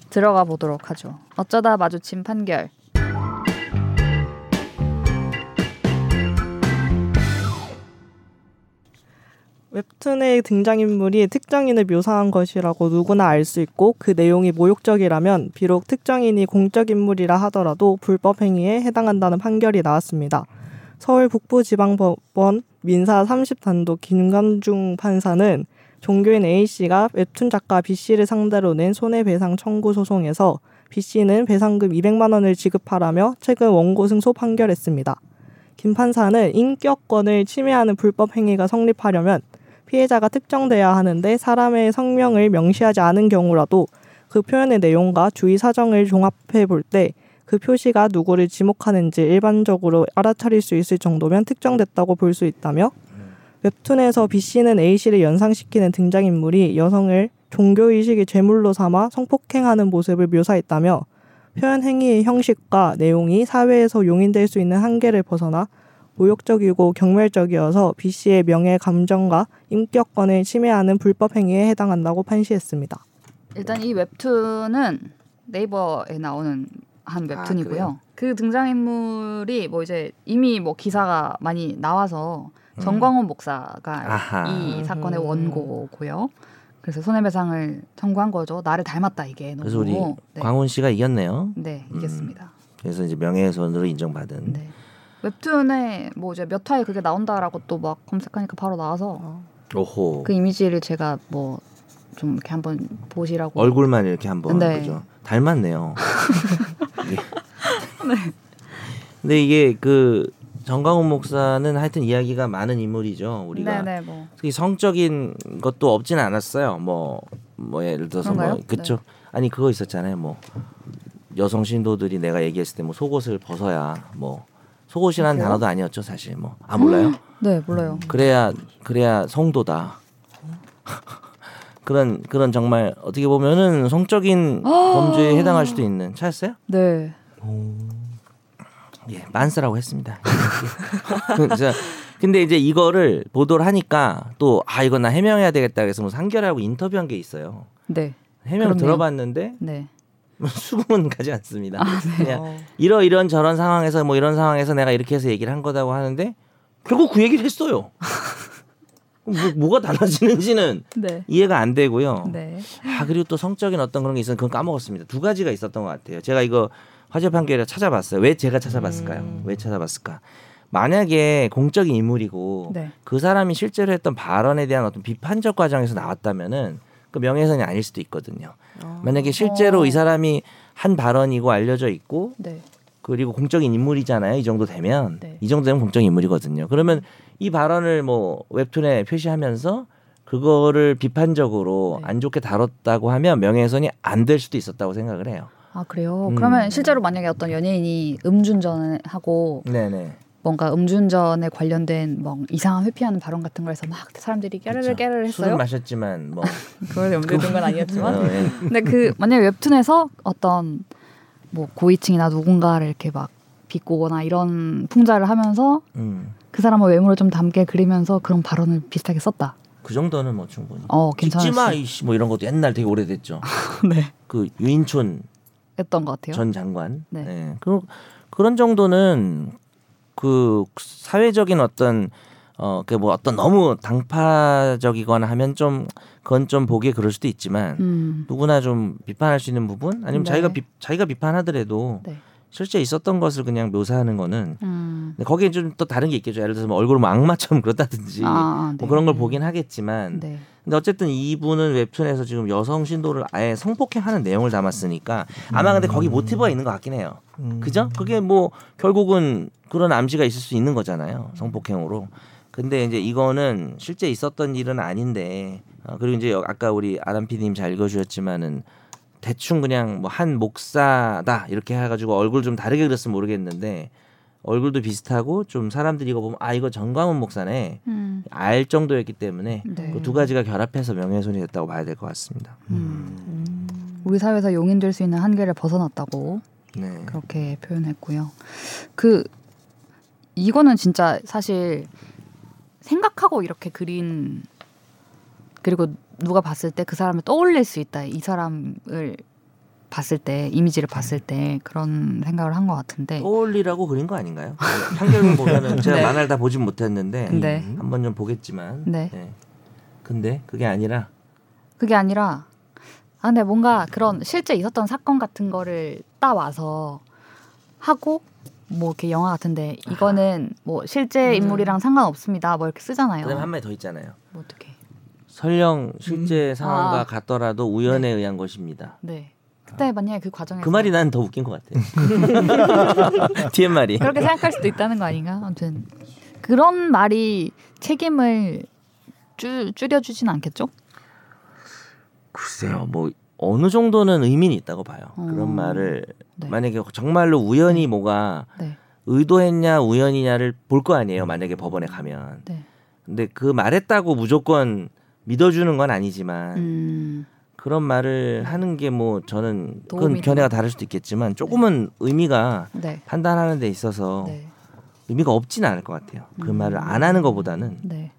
S1: 들어가 보도록 하죠. 어쩌다 마주친 판결.
S2: 웹툰의 등장인물이 특정인을 묘사한 것이라고 누구나 알 수 있고 그 내용이 모욕적이라면 비록 특정인이 공적 인물이라 하더라도 불법 행위에 해당한다는 판결이 나왔습니다. 서울 북부지방법원 민사 30단도 김관중 판사는 종교인 A씨가 웹툰 작가 B씨를 상대로 낸 손해배상 청구 소송에서 B씨는 배상금 200만 원을 지급하라며 최근 원고 승소 판결했습니다. 김 판사는 인격권을 침해하는 불법 행위가 성립하려면 피해자가 특정돼야 하는데 사람의 성명을 명시하지 않은 경우라도 그 표현의 내용과 주의 사정을 종합해 볼 때 그 표시가 누구를 지목하는지 일반적으로 알아차릴 수 있을 정도면 특정됐다고 볼 수 있다며 웹툰에서 B씨는 A씨를 연상시키는 등장인물이 여성을 종교의식의 제물로 삼아 성폭행하는 모습을 묘사했다며 표현 행위의 형식과 내용이 사회에서 용인될 수 있는 한계를 벗어나 모욕적이고 경멸적이어서 B 씨의 명예 감정과 인격권을 침해하는 불법 행위에 해당한다고 판시했습니다.
S1: 일단 이 웹툰은 네이버에 나오는 한 웹툰이고요.
S3: 아, 그래요?
S1: 그 등장인물이 뭐 이제 이미 뭐 기사가 많이 나와서 정광훈 목사가
S3: 음. 아하.
S1: 이 사건의
S2: 음.
S1: 원고고요. 그래서 손해배상을 청구한 거죠. 나를 닮았다 이게 너무.
S3: 그래서 우리
S1: 네,
S3: 광훈 씨가 이겼네요.
S1: 네
S3: 음.
S1: 이겼습니다.
S3: 그래서 이제 명예훼손으로 인정받은.
S1: 네. 웹툰에 뭐 이제 몇 화에 그게 나온다라고 또 막 검색하니까 바로 나와서
S3: 어. 오호.
S1: 그 이미지를 제가 뭐 좀 이렇게 한번 보시라고
S3: 얼굴만 이렇게 한번
S1: 네.
S3: 그죠. 닮았네요. 네. 근데 이게 그 정강훈 목사는 하여튼 이야기가 많은 인물이죠. 우리가
S1: 네네 뭐
S3: 특히 성적인 것도 없진 않았어요. 뭐 뭐 예를 들어서 뭐
S1: 그런가요? 네.
S3: 그쵸. 아니 그거 있었잖아요. 뭐 여성 신도들이 내가 얘기했을 때 뭐 속옷을 벗어야 뭐 속옷이라는
S1: 그래요?
S3: 단어도 아니었죠 사실 뭐 아 몰라요.
S1: 네, 몰라요.
S3: 음. 그래야 그래야 성도다. 그런 그런 정말 어떻게 보면은
S1: 아.
S3: 성적인 범죄에 해당할 수도 있는 차였어요?
S1: 네.
S3: 예, 만스라고 했습니다. 진짜. 근데 이제 이거를 보도를 하니까 또 아 이건 나 해명해야 되겠다 그래서 뭐 상결하고 인터뷰한 게 있어요.
S1: 네.
S3: 해명을
S1: 그렇네요.
S3: 들어봤는데 뭐
S1: 네.
S3: 수긍은 가지 않습니다.
S1: 아,
S3: 그냥 이러 이런 저런 상황에서 뭐 이런 상황에서 내가 이렇게 해서 얘기를 한 거다고 하는데 결국 그 얘기를 했어요. 뭐, 뭐가 달라지는지는
S5: 네.
S3: 이해가 안
S1: 어.
S3: 되고요.
S5: 네.
S3: 아 그리고 또 성적인 어떤 그런 게 있으면 그건 까먹었습니다. 두 가지가 있었던 것 같아요. 제가 이거 화재 판결을 찾아봤어요. 왜 제가 찾아봤을까요?
S2: 음.
S3: 왜 찾아봤을까? 만약에 공적인 인물이고
S5: 네.
S3: 그 사람이 실제로 했던 발언에 대한 어떤 비판적 과정에서 나왔다면은 그 명예훼손이 아닐 수도 있거든요. 만약에 실제로
S5: 어.
S3: 이 사람이 한 발언이고 알려져 있고
S5: 네.
S3: 그리고 공적인 인물이잖아요. 이 정도 되면
S5: 네.
S3: 이 정도 되면 공적인 인물이거든요. 그러면 이 발언을 뭐 웹툰에 표시하면서 그거를 비판적으로
S5: 네.
S3: 안 좋게 다뤘다고 하면 명예훼손이 안 될 수도 있었다고 생각을 해요.
S5: 아 그래요.
S3: 음.
S5: 그러면 실제로 만약에 어떤 연예인이 음주운전하고
S3: 네네.
S5: 뭔가 음주운전에 관련된 뭐 이상한 회피하는 발언 같은 걸 해서 막 사람들이 깨르르 깨르르
S3: 술은
S5: 했어요.
S3: 마셨지만 뭐
S5: 그걸 염두에 둔건 아니었지만.
S3: 어, 예.
S1: 근데 그 만약에 웹툰에서 어떤 뭐 고위층이나 누군가를 이렇게 막 비꼬거나 이런 풍자를 하면서
S3: 음.
S1: 그 사람의 외모를 좀 담게 그리면서 그런 발언을 비슷하게 썼다.
S3: 그 정도는 뭐 충분히.
S1: 어
S3: 찍지마
S1: 괜찮았어.
S3: 이씨 뭐 이런 것도 옛날 되게 오래됐죠.
S1: 네.
S3: 그 유인촌
S1: 했던 것 같아요.
S3: 전 장관.
S1: 네.
S3: 예. 그 그런 정도는 그 사회적인 어떤 어그뭐 어떤 너무 당파적이거나 하면 좀 그건 좀 보기에 그럴 수도 있지만
S1: 음.
S3: 누구나 좀 비판할 수 있는 부분 아니면
S1: 네.
S3: 자기가 비, 자기가 비판하더라도
S1: 네.
S3: 실제 있었던 것을 그냥 묘사하는 거는
S1: 음.
S3: 근데 거기에 좀 또 다른 게 있겠죠. 예를 들어서 뭐 얼굴을 뭐 악마처럼 그렸다든지
S1: 아, 아, 네.
S3: 뭐 그런 걸 보긴 하겠지만
S1: 네.
S3: 근데 어쨌든 이분은 웹툰에서 지금 여성 신도를 아예 성폭행하는 내용을 담았으니까 아마 근데 거기 모티브가 있는 것 같긴 해요. 그죠? 그게 뭐 결국은 그런 암시가 있을 수 있는 거잖아요. 성폭행으로. 근데 이제 이거는 실제 있었던 일은 아닌데 어, 그리고 이제 여- 아까 우리 아람 PD님 잘 읽어주셨지만은 대충 그냥 뭐 한 목사다 이렇게 해가지고 얼굴 좀 다르게 그렸으면 모르겠는데 얼굴도 비슷하고 좀 사람들이 이거 보면 아 이거 정광훈 목사네
S1: 음.
S3: 알 정도였기 때문에
S1: 네.
S3: 그 두 가지가 결합해서 명예훼손이 됐다고 봐야 될 것 같습니다.
S1: 음. 우리 사회에서 용인될 수 있는 한계를 벗어났다고
S3: 네.
S1: 그렇게 표현했고요. 그 이거는 진짜 사실 생각하고 이렇게 그린 그리고 누가 봤을 때 그 사람을 떠올릴 수 있다. 이 사람을 봤을 때 이미지를 봤을 때 그런 생각을 한 것 같은데.
S3: 떠올리라고 그린 거 아닌가요? 판결문 보면은 제가
S5: 네.
S3: 만화를 다 보진 못했는데
S1: 네.
S3: 한번 좀 보겠지만.
S1: 네.
S3: 예. 근데 그게 아니라
S1: 그게 아니라 아 근데 뭔가 그런 실제 있었던 사건 같은 거를 따와서 하고 뭐 이렇게 영화 같은데 이거는 뭐 실제 인물이랑 상관없습니다. 뭐 이렇게 쓰잖아요.
S3: 음. 그다음 한 마디 더 있잖아요.
S1: 뭐 어떻게?
S3: 설령 실제 상황과
S1: 아.
S3: 같더라도 우연에 의한 것입니다.
S1: 네. 그때 만약에 그 과정에서
S3: 아. 그 말이 난 더 웃긴 것 같아요. 뒤에 말이.
S1: 그렇게 생각할 수도 있다는 거 아닌가? 아무튼 그런 말이 책임을 줄 줄여주진 않겠죠?
S3: 글쎄요, 뭐 어느 정도는 의미는 있다고 봐요.
S1: 어.
S3: 그런 말을
S1: 네.
S3: 만약에 정말로 우연히 뭐가
S1: 네.
S3: 의도했냐 우연이냐를 볼 거 아니에요. 만약에 법원에 가면.
S1: 네.
S3: 근데 그 말했다고 무조건 믿어주는 건 아니지만
S1: 음.
S3: 그런 말을 하는 게 뭐 저는
S1: 도움이
S3: 그건 견해가 다를 수도 있겠지만 조금은 의미가
S1: 네.
S3: 판단하는 데 있어서
S1: 네. 음.
S3: 의미가 없진 않을 것 같아요. 그 말을 안 하는 것보다는
S1: 네.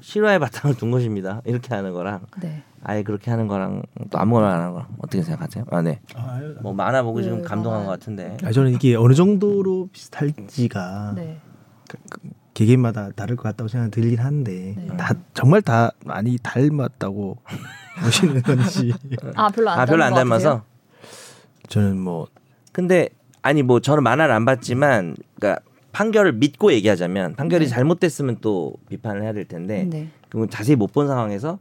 S3: 실화의 바탕을 둔 것입니다. 이렇게 하는 거랑
S1: 네.
S3: 아예 그렇게 하는 거랑 또 아무거나 안 하는 거랑 어떻게 생각하세요? 아 네. 뭐 만화 보고 지금
S1: 네,
S3: 감동한
S1: 만화.
S3: 것 같은데.
S4: 아, 저는 이게 어느 정도로 비슷할지가
S1: 네.
S4: 개개인마다 다를 것 같다고 생각이 들긴 한데
S1: 네.
S4: 다 정말 다 많이 닮았다고 보시는 건지
S1: 아 별로 안
S3: 아 별로 안
S1: 닮은 것 같으세요?
S3: 닮아서.
S4: 저는 뭐
S3: 근데 아니 뭐 저는 만화를 안 봤지만 그러니까 판결을 믿고 얘기하자면 판결이
S4: 네.
S3: 잘못됐으면 또 비판을 해야 될 텐데
S1: 네.
S3: 그건 자세히 못 본 상황에서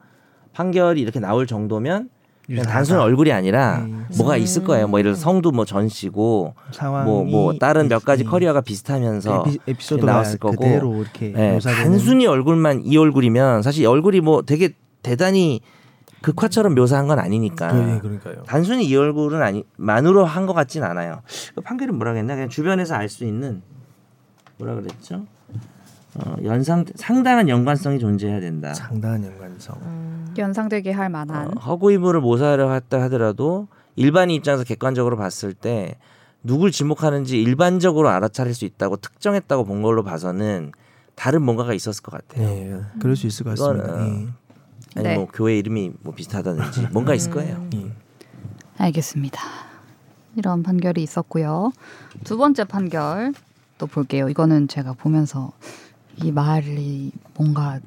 S3: 판결이 이렇게 나올 정도면 그냥
S4: 유사하다.
S3: 단순 얼굴이 아니라
S4: 음.
S3: 뭐가 있을 거예요. 뭐 예를 들어 성도 뭐 전 씨고
S4: 상황이
S3: 뭐 뭐 다른 몇 가지
S4: 예,
S3: 커리어가 비슷하면서
S4: 에피, 에피소드가
S3: 나왔을 거고
S4: 그대로 이렇게
S3: 예,
S4: 묘사되는
S3: 단순히 얼굴만 이 얼굴이면 사실 얼굴이 뭐 되게 대단히 극화처럼 묘사한 건 아니니까
S4: 그, 예, 그러니까요.
S3: 단순히 이 얼굴은 아니 만으로 한 것 같진 않아요. 그 판결은 뭐라 그랬나 그냥 주변에서 알 수 있는 뭐라 그랬죠? 어, 연상 상당한 연관성이 존재해야 된다.
S4: 상당한 연관성.
S1: 음. 연상되게 할 만한.
S3: 어, 허구 의무를 모사하려 했다 하더라도 일반인 입장에서 객관적으로 봤을 때 누굴 지목하는지 일반적으로 알아차릴 수 있다고 특정했다고 본 걸로 봐서는 다른 뭔가가 있었을 것 같아요.
S4: 예, 그럴 수 있을 것
S3: 네. 이건,
S4: 같습니다.
S3: 어, 아니
S1: 네. 음.
S3: 뭐 교회 이름이 뭐 비슷하다든지 뭔가 있을 거예요.
S4: 예, 예.
S1: 알겠습니다. 이런 판결이 있었고요. 두 번째 판결 또 볼게요. 이거는 제가 보면서 이 말이 뭔가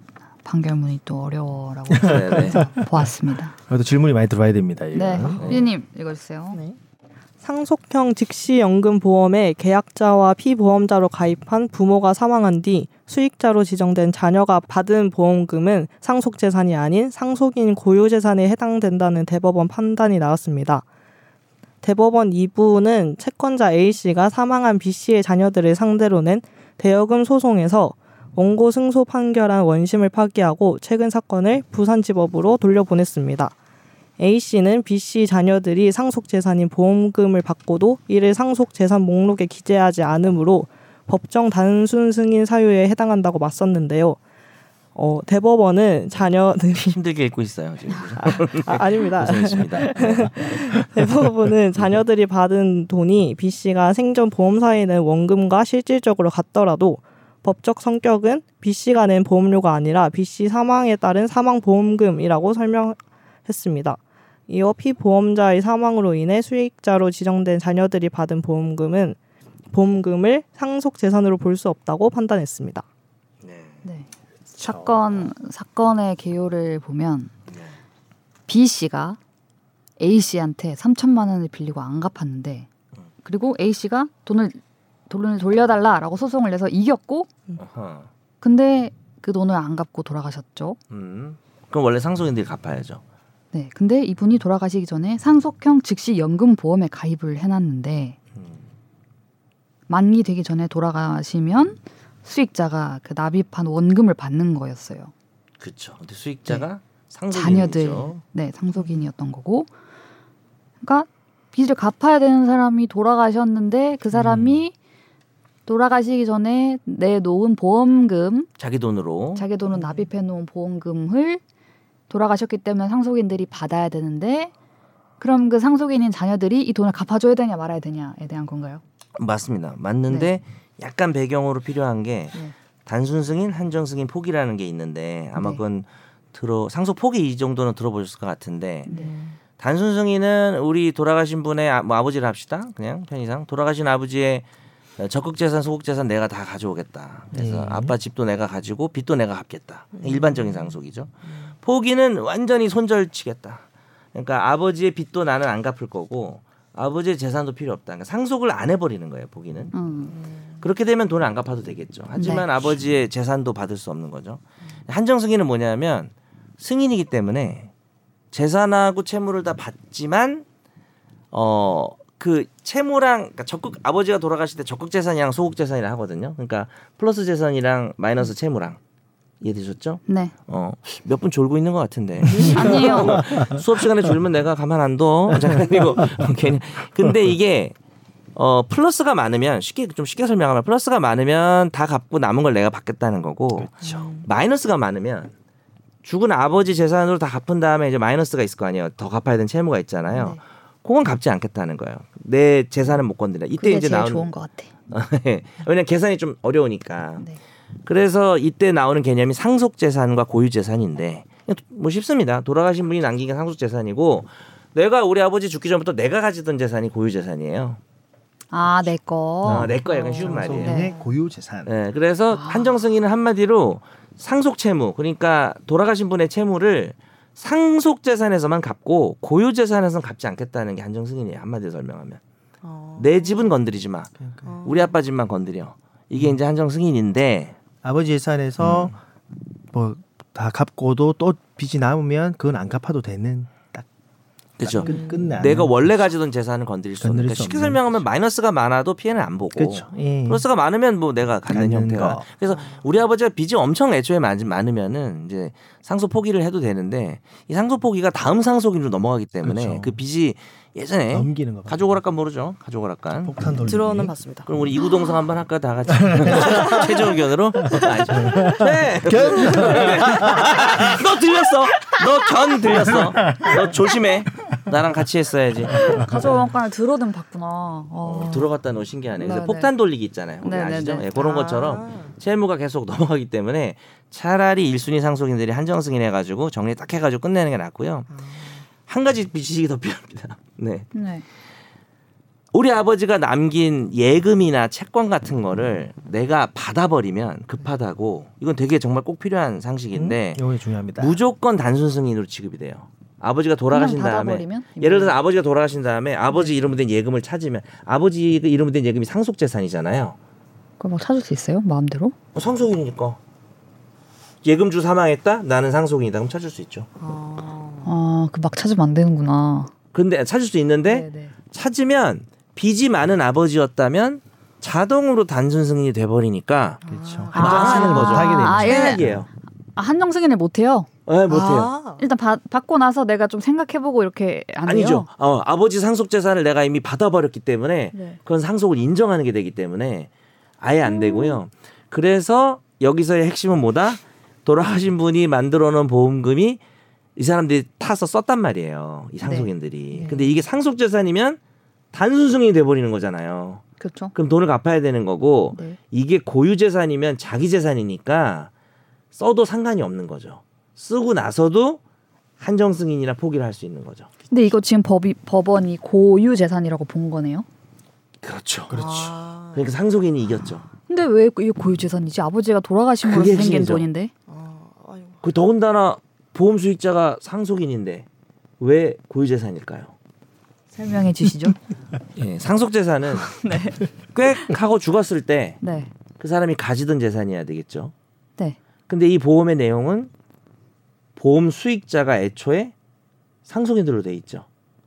S1: 판결문이 또 어려워라고
S3: 네, 네.
S1: 보았습니다.
S4: 그래도 질문이 많이 들어와야 됩니다. 이거.
S1: 네, 피디님 읽어주세요.
S2: 네. 상속형 직시연금보험에 계약자와 피보험자로 가입한 부모가 사망한 뒤 수익자로 지정된 자녀가 받은 보험금은 상속재산이 아닌 상속인 고유재산에 해당된다는 대법원 판단이 나왔습니다. 대법원 2부는 채권자 A씨가 사망한 B씨의 자녀들을 상대로 낸 대여금 소송에서 원고 승소 판결한 원심을 파기하고 최근 사건을 부산지법으로 돌려보냈습니다. A씨는 B씨 자녀들이 상속재산인 보험금을 받고도 이를 상속재산 목록에 기재하지 않으므로 법정 단순 승인 사유에 해당한다고 맞섰는데요. 어, 대법원은 자녀들이
S3: 힘들게 읽고 있어요 지금.
S2: 아, 아닙니다.
S3: 고생했습니다. 네. 음.
S2: 대부분은 자녀들이 받은 돈이 B 씨가 생전 보험사에는 원금과 실질적으로 같더라도 법적 성격은 B 씨가 낸 보험료가 아니라 B 씨 사망에 따른 사망 보험금이라고 설명했습니다. 이어 피보험자의 사망으로 인해 수익자로 지정된 자녀들이 받은 보험금은 보험금을 상속 재산으로 볼 수 없다고 판단했습니다.
S3: 네.
S1: 네. 사건 사건의 개요를 보면
S3: 네.
S1: B 씨가 A 씨한테 3천만 원을 빌리고 안 갚았는데 그리고 A 씨가 돈을 돈을 돌려달라라고 소송을 내서 이겼고
S3: 어허.
S1: 근데 그 돈을 안 갚고 돌아가셨죠.
S3: 음. 그럼 원래 상속인들이 갚아야죠.
S1: 네, 근데 이분이 돌아가시기 전에 상속형 즉시 연금 보험에 가입을 해놨는데
S3: 음.
S1: 만기 되기 전에 돌아가시면 수익자가 그 납입한 원금을 받는 거였어요.
S3: 그렇죠. 근데 수익자가 상속인이죠.
S1: 자녀들, 네, 상속인이었던 거고, 그러니까 빚을 갚아야 되는 사람이 돌아가셨는데 그
S3: 음.
S1: 사람이 돌아가시기 전에 내 놓은 보험금,
S3: 자기 돈으로
S1: 자기 돈으로 납입해 놓은 보험금을 돌아가셨기 때문에 상속인들이 받아야 되는데. 그럼 그 상속인인 자녀들이 이 돈을 갚아줘야 되냐 말아야 되냐에 대한 건가요?
S3: 맞습니다. 맞는데 약간 배경으로 필요한 게
S1: 네.
S3: 단순 승인, 한정 승인 포기라는 게 있는데 아마
S1: 네.
S3: 그건 들어 상속 포기 이 정도는 들어보셨을 것 같은데
S1: 네.
S3: 단순 승인은 우리 돌아가신 분의 아, 뭐 아버지를 합시다. 그냥 편의상 돌아가신 아버지의 적극 재산, 소극 재산 내가 다 가져오겠다. 그래서
S4: 네.
S3: 아빠 집도 내가 가지고 빚도 내가 갚겠다. 일반적인 상속이죠. 포기는 완전히 손절치겠다. 그러니까 아버지의 빚도 나는 안 갚을 거고 아버지의 재산도 필요 없다. 그러니까 상속을 안 해버리는 거예요. 포기는.
S1: 음.
S3: 그렇게 되면 돈을 안 갚아도 되겠죠. 하지만
S1: 네.
S3: 아버지의 재산도 받을 수 없는 거죠. 한정 승인은 뭐냐면 승인이기 때문에 재산하고 채무를 다 받지만 어 그 채무랑 그러니까 적극 아버지가 돌아가실 때 적극 재산이랑 소극 재산이라 하거든요. 그러니까 플러스 재산이랑 마이너스 채무랑 이해되셨죠?
S1: 네.
S3: 어 몇 분 졸고 있는 것 같은데
S1: 아니에요.
S3: 수업 시간에 졸면 내가 가만 안 둬. 잠깐 이거 괜히. 근데 이게 어 플러스가 많으면 쉽게 좀 쉽게 설명하면 플러스가 많으면 다 갚고 남은 걸 내가 받겠다는 거고
S5: 그렇죠.
S3: 마이너스가 많으면 죽은 아버지 재산으로 다 갚은 다음에 이제 마이너스가 있을 거 아니에요. 더 갚아야 되는 채무가 있잖아요.
S5: 네.
S3: 그건 갚지 않겠다는 거예요. 내 재산은 못 건드려. 이때
S5: 그게
S3: 이제
S5: 제일
S3: 나오는 네.
S5: 좋은 것 같아.
S3: 왜냐면 계산이 좀 어려우니까.
S5: 네.
S3: 그래서 이때 나오는 개념이 상속 재산과 고유 재산인데 뭐 쉽습니다. 돌아가신 분이 남긴 게 상속 재산이고 내가 우리 아버지 죽기 전부터 내가 가지던 재산이 고유 재산이에요.
S1: 아, 내 거.
S3: 아, 내 거야. 그냥 쉬운 말이에요.
S1: 네.
S4: 상속인의 고유 재산.
S3: 네, 그래서 한정 승인은 한마디로 상속 채무 그러니까 돌아가신 분의 채무를 상속 재산에서만 갚고 고유 재산에서는 갚지 않겠다는 게 한정 승인이에요. 한마디로 설명하면 내 집은 건드리지 마. 우리 아빠 집만 건드려. 이게 이제 한정 승인인데
S4: 아버지 재산에서
S3: 음.
S4: 뭐 다 갚고도 또 빚이 남으면 그건 안 갚아도 되는 딱
S3: 그죠?
S4: 끝- 끝나.
S3: 내가 원래 가지던 재산을 건드릴 수 없는
S4: 건드릴
S3: 그러니까
S4: 수
S3: 쉽게
S4: 없는
S3: 설명하면 마이너스가 많아도 피해는 안 보고
S4: 그렇죠. 예.
S3: 플러스가 많으면 뭐 내가 갖는
S4: 갖는
S3: 형태가
S4: 거.
S3: 그래서 우리 아버지가 빚이 엄청 애초에 많- 많으면은 이제 상속 포기를 해도 되는데 이 상속 포기가 다음 상속인으로 넘어가기 때문에
S4: 그렇죠.
S3: 그 빚이 예전에
S4: 넘기는 거. 봐.
S3: 네? 가족오락관 모르죠 가족오락관
S4: 폭탄 돌리기.
S3: 네. 음.
S2: 들어는 봤습니다.
S3: 그럼 우리 이구동성 한번 할까 다 같이 최종 의견으로 아니죠. 네. 너 들렸어 너 견 들렸어 너 조심해 나랑 같이 했어야지
S1: 가족 원가를 들어든 봤구나. 어.
S3: 들어갔다 놓은 신기하네. 그래서
S1: 네,
S3: 폭탄 돌리기 있잖아요. 혹시
S1: 네, 네,
S3: 아시죠?
S1: 네.
S3: 예, 그런 것처럼 채무가 계속 넘어가기 때문에 차라리 일순위 상속인들이 한정승인 해가지고 정리 딱 해가지고
S1: 아.
S3: 끝내는 게 낫고요. 한 가지 지식이 더 필요합니다. 네.
S1: 네.
S3: 우리 아버지가 남긴 예금이나 채권 같은 거를 내가 받아버리면 급하다고 이건 되게 정말 꼭 필요한
S1: 음,
S3: 상식인데
S4: 요게 중요합니다.
S3: 무조건 단순 승인으로 지급이 돼요. 아버지가 돌아가신 다음에
S1: 받아버리면
S3: 예를 들어서 아버지가 돌아가신 다음에 아버지 이름으로 된 예금을 찾으면 아버지 이름으로 된 예금이 상속 재산이잖아요.
S1: 그걸 막 찾을 수 있어요 마음대로
S3: 어, 상속이니까 예금주 사망했다 나는 상속인이다 그럼 찾을 수 있죠.
S1: 아그 막 찾으면 안 되는구나
S3: 근데 찾을 수 있는데
S1: 네.
S3: 찾으면 빚이 많은 아버지였다면 자동으로 단순 승인이 돼버리니까
S4: 그렇죠.
S1: 아,
S3: 하는 거죠.
S4: 하게 됩니다.
S1: 아, 예.
S3: 최악이에요.
S1: 아, 한정 승인을 못해요
S3: 네, 못해요.
S1: 일단 받 받고 나서 내가 좀 생각해보고 이렇게 안 돼요
S3: 아니죠. 어, 아버지 상속 재산을 내가 이미 받아버렸기 때문에
S1: 네.
S3: 그건 상속을 인정하는 게 되기 때문에 아예 안 되고요. 그래서 여기서의 핵심은 뭐다? 돌아가신 분이 만들어 놓은 보험금이 이 사람들이 타서 썼단 말이에요. 이 상속인들이.
S1: 네.
S3: 근데 이게 상속 재산이면 단순 승인이 돼 버리는 거잖아요.
S1: 그렇죠
S3: 그럼 돈을 갚아야 되는 거고
S1: 네.
S3: 이게 고유 재산이면 자기 재산이니까 써도 상관이 없는 거죠. 쓰고 나서도 한정 승인이나 포기를 할 수 있는 거죠.
S1: 근데 이거 지금 법이 법원이 고유 재산이라고 본 거네요
S3: 그렇죠.
S1: 아.
S2: 아.
S3: 그러니까 상속인이 이겼죠.
S1: 근데 왜 이게 고유 재산이지 아버지가 돌아가신 걸로
S3: 그게
S1: 생긴
S3: 핵심이죠.
S1: 돈인데
S3: 그 더군다나 보험 수익자가 상속인인데 왜 고유재산일까요?
S1: 설명해 주시죠
S3: 예, 상속재산은 꽥 하고 죽었을 때 그
S1: 네
S3: 사람이 가지던 재산이어야 되겠죠.
S1: 네.
S3: 근데 이 보험의 내용은 보험 수익자가 애초에 상속인들로 돼 있죠.